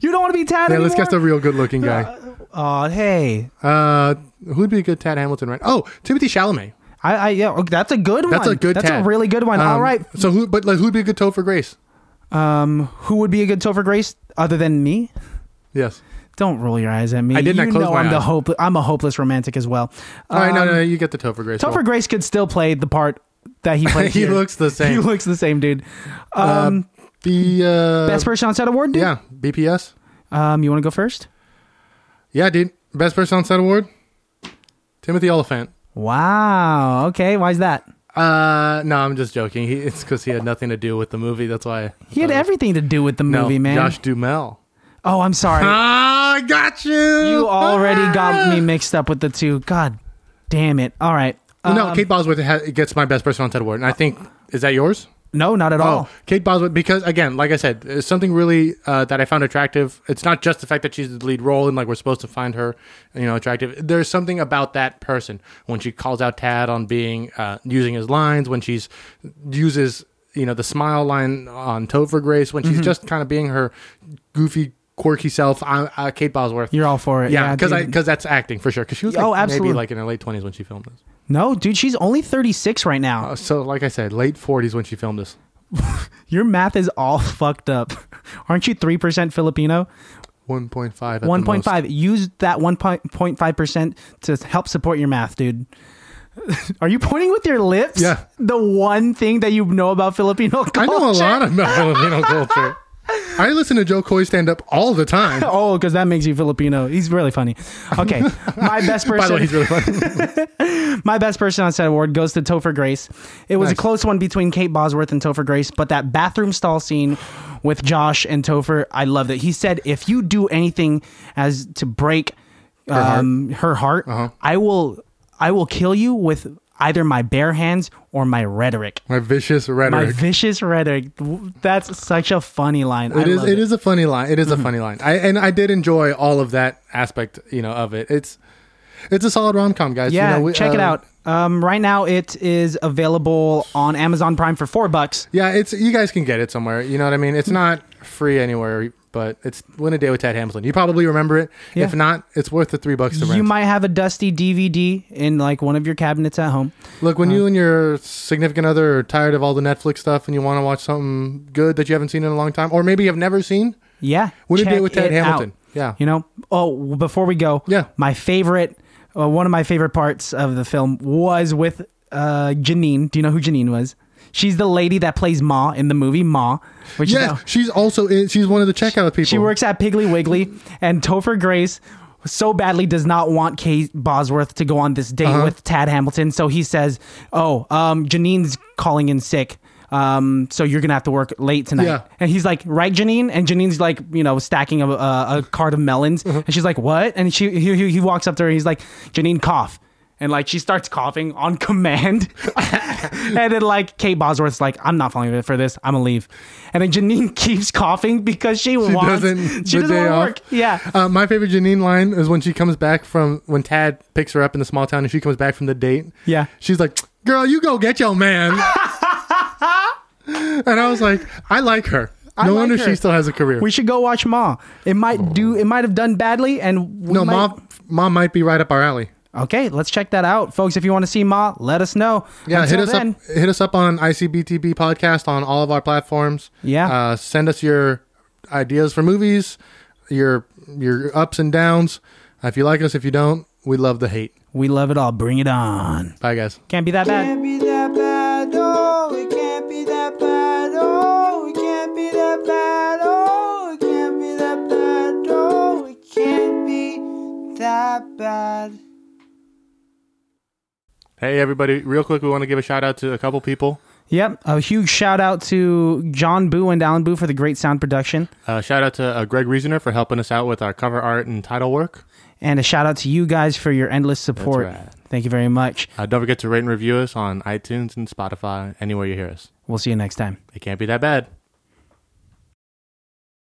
[SPEAKER 1] you don't want to be Tad
[SPEAKER 2] Uh, Yeah,
[SPEAKER 1] anymore.
[SPEAKER 2] let's cast a real good-looking guy.
[SPEAKER 1] Oh, hey,
[SPEAKER 2] Uh, who'd be a good Tad Hamilton? Right? Oh, Timothy Chalamet.
[SPEAKER 1] I, I yeah, okay, that's a good
[SPEAKER 2] That's
[SPEAKER 1] one.
[SPEAKER 2] a good.
[SPEAKER 1] That's
[SPEAKER 2] Tad.
[SPEAKER 1] a really good one.
[SPEAKER 2] Um,
[SPEAKER 1] All right,
[SPEAKER 2] So who? But like, who'd be a good Topher Grace?
[SPEAKER 1] um, who would be a good Topher Grace other than me?
[SPEAKER 2] Yes.
[SPEAKER 1] Don't roll your eyes at me.
[SPEAKER 2] I did not
[SPEAKER 1] You
[SPEAKER 2] close
[SPEAKER 1] know
[SPEAKER 2] my
[SPEAKER 1] I'm the
[SPEAKER 2] eyes.
[SPEAKER 1] hope. I'm a hopeless romantic as well. Um,
[SPEAKER 2] All right. No, no, no. You get the Topher Grace.
[SPEAKER 1] Topher
[SPEAKER 2] role.
[SPEAKER 1] Grace could still play the part that
[SPEAKER 2] [LAUGHS]
[SPEAKER 1] he played.
[SPEAKER 2] He
[SPEAKER 1] here.
[SPEAKER 2] looks the same.
[SPEAKER 1] He looks the same, dude.
[SPEAKER 2] Uh,
[SPEAKER 1] Um,
[SPEAKER 2] the uh,
[SPEAKER 1] best person on set award, dude.
[SPEAKER 2] Yeah, BPS.
[SPEAKER 1] Um, you want to go first?
[SPEAKER 2] Yeah, dude. Best person on set award. Timothy Oliphant.
[SPEAKER 1] Wow. Okay. Why is that?
[SPEAKER 2] Uh, no, I'm just joking. He, it's because he had nothing to do with the movie. That's why
[SPEAKER 1] He had everything to do with the
[SPEAKER 2] No,
[SPEAKER 1] movie, man.
[SPEAKER 2] Josh Dumel.
[SPEAKER 1] Oh, I'm sorry.
[SPEAKER 2] Ah, I got you.
[SPEAKER 1] you already
[SPEAKER 2] [LAUGHS]
[SPEAKER 1] got me mixed up with the two. God damn it. All right. Uh,
[SPEAKER 2] no, Kate Bosworth ha- gets my best person on TED Award, and I think is that yours?
[SPEAKER 1] no, not at
[SPEAKER 2] Oh.
[SPEAKER 1] all.
[SPEAKER 2] Kate Bosworth, because again, like I said, it's something really uh, that I found attractive. It's not just the fact that she's the lead role and like we're supposed to find her, you know, attractive. There's something about that person when she calls out Tad on being uh, using his lines, when she's uses you know the smile line on Topher Grace, when she's just kind of being her goofy, quirky self. I, uh, Kate Bosworth.
[SPEAKER 1] You're all for it.
[SPEAKER 2] yeah, because I
[SPEAKER 1] dude.
[SPEAKER 2] because that's acting for sure. Because she was like,
[SPEAKER 1] Oh, absolutely.
[SPEAKER 2] maybe like in her late twenties when she filmed this.
[SPEAKER 1] no, dude, she's only 36 right now.
[SPEAKER 2] Uh, So, like I said, late forties when she filmed this.
[SPEAKER 1] Your math is all [LAUGHS] fucked up. Aren't you 3% Filipino?
[SPEAKER 2] One point five. One point five.
[SPEAKER 1] 1.5. Use that 1.5% to help support your math, dude. [LAUGHS] Are you pointing with your lips?
[SPEAKER 2] Yeah.
[SPEAKER 1] The one thing that you know about Filipino culture.
[SPEAKER 2] I know a lot about
[SPEAKER 1] [LAUGHS]
[SPEAKER 2] Filipino culture. I listen to Joe Coy stand up all the
[SPEAKER 1] [LAUGHS]
[SPEAKER 2] time.
[SPEAKER 1] Oh, because that makes you Filipino. He's really funny. Okay,
[SPEAKER 2] [LAUGHS]
[SPEAKER 1] my best person.
[SPEAKER 2] By the way, he's really funny. [LAUGHS]
[SPEAKER 1] My best person on set award goes to Topher Grace. It was a
[SPEAKER 2] Nice.
[SPEAKER 1] close one between Kate Bosworth and Topher Grace, but that bathroom stall scene with Josh and Topher, I loved it. He said, "If you do anything as to break her
[SPEAKER 2] heart. Uh-huh.
[SPEAKER 1] um, heart, her heart I will, I will kill you with either my bare hands or my rhetoric."
[SPEAKER 2] My vicious
[SPEAKER 1] My
[SPEAKER 2] rhetoric.
[SPEAKER 1] vicious rhetoric. That's such a funny line. I Mm-hmm.
[SPEAKER 2] it is.
[SPEAKER 1] loved
[SPEAKER 2] It is a funny line. It is a funny line. I and I did enjoy all of that aspect. You know of it. It's it's a solid rom com, guys. You
[SPEAKER 1] Yeah,
[SPEAKER 2] know, we-
[SPEAKER 1] check it
[SPEAKER 2] uh,
[SPEAKER 1] out. Um, right now, it is available on Amazon Prime for four bucks.
[SPEAKER 2] Yeah, it's you guys can get it somewhere. You know what I mean?
[SPEAKER 1] Mm.
[SPEAKER 2] It's not free anywhere, but it's Win a Day with Ted Hamilton. You probably remember it.
[SPEAKER 1] Yeah.
[SPEAKER 2] If not, it's worth the three bucks to rent.
[SPEAKER 1] You might have a dusty DVD in like one of your cabinets at home.
[SPEAKER 2] Look,
[SPEAKER 1] Uh,
[SPEAKER 2] when you and your significant other are tired of all the Netflix stuff and you want to watch something good that you haven't seen in a long time, or maybe you've never seen,
[SPEAKER 1] Yeah,
[SPEAKER 2] What did
[SPEAKER 1] check
[SPEAKER 2] they do with Ted
[SPEAKER 1] it out.
[SPEAKER 2] Hamilton? Yeah.
[SPEAKER 1] you know. Oh, w- before we go,
[SPEAKER 2] Yeah.
[SPEAKER 1] my favorite, uh, one of my favorite parts of the film was with uh, Janine. Do you know who Janine was? She's the lady that plays Ma in the movie Ma, which is
[SPEAKER 2] Yes,
[SPEAKER 1] how-
[SPEAKER 2] she's also in, she's one of the checkout people.
[SPEAKER 1] She works at Piggly Wiggly, and Topher Grace so badly does not want Kate Bosworth to go on this date
[SPEAKER 2] Uh-huh.
[SPEAKER 1] with Tad Hamilton. So he says, "Oh, um, Janine's calling in sick." Um, so you're gonna have to work late tonight,
[SPEAKER 2] Yeah.
[SPEAKER 1] and he's like, "Right, Janine?" And Janine's like, you know, stacking a, a, a cart of melons,
[SPEAKER 2] Uh-huh.
[SPEAKER 1] and she's like, "What?" And she he, he- he walks up to her, and he's like, "Janine, cough," and like she starts coughing on command, [LAUGHS] and then like Kate Bosworth's like, "I'm not falling for this. I'm gonna leave," and then Janine [LAUGHS] keeps coughing because she
[SPEAKER 2] She
[SPEAKER 1] wants-
[SPEAKER 2] doesn't.
[SPEAKER 1] She
[SPEAKER 2] the
[SPEAKER 1] doesn't want
[SPEAKER 2] day
[SPEAKER 1] to
[SPEAKER 2] off.
[SPEAKER 1] work. Yeah.
[SPEAKER 2] Uh, my favorite Janine line is when she comes back from when Tad picks her up in the small town and she comes back from the date.
[SPEAKER 1] Yeah.
[SPEAKER 2] She's like, "Girl, you go get your
[SPEAKER 1] [LAUGHS]
[SPEAKER 2] man." and I was like, "I like her.
[SPEAKER 1] I
[SPEAKER 2] no
[SPEAKER 1] like
[SPEAKER 2] wonder
[SPEAKER 1] her.
[SPEAKER 2] she still has a career."
[SPEAKER 1] We should go watch Ma. It might do. It might have done badly, and we
[SPEAKER 2] Oh. no,
[SPEAKER 1] might,
[SPEAKER 2] mom, mom might be right up our alley.
[SPEAKER 1] Okay, let's check that out, folks. If you want to see Ma, let us know.
[SPEAKER 2] Yeah, hit
[SPEAKER 1] Until
[SPEAKER 2] us
[SPEAKER 1] then,
[SPEAKER 2] up. Hit us up on ICBTB podcast on all of our platforms.
[SPEAKER 1] Yeah.
[SPEAKER 2] uh, send us your ideas for movies, your your ups and downs. If you like us, if you don't, we love the hate.
[SPEAKER 1] We love it all. Bring it on.
[SPEAKER 2] Bye, guys.
[SPEAKER 1] Can't be that bad.
[SPEAKER 3] can't be that bad. Oh, it can't be that bad. Oh, it can't be that bad. Oh, it can't be that bad. Oh, it can't be that bad.
[SPEAKER 2] Hey, everybody! Real quick, we want to give a shout out to a couple people.
[SPEAKER 1] Yep. A huge shout out to John Boo and Alan Boo for the great sound production.
[SPEAKER 2] Uh, shout out to uh, Greg Reasoner for helping us out with our cover art and title work.
[SPEAKER 1] And a shout out to you guys for your endless support.
[SPEAKER 2] right.
[SPEAKER 1] Thank you very much.
[SPEAKER 2] Uh, don't forget to rate and review us on iTunes and Spotify, anywhere you hear us.
[SPEAKER 1] We'll see you next time.
[SPEAKER 2] It can't be that bad.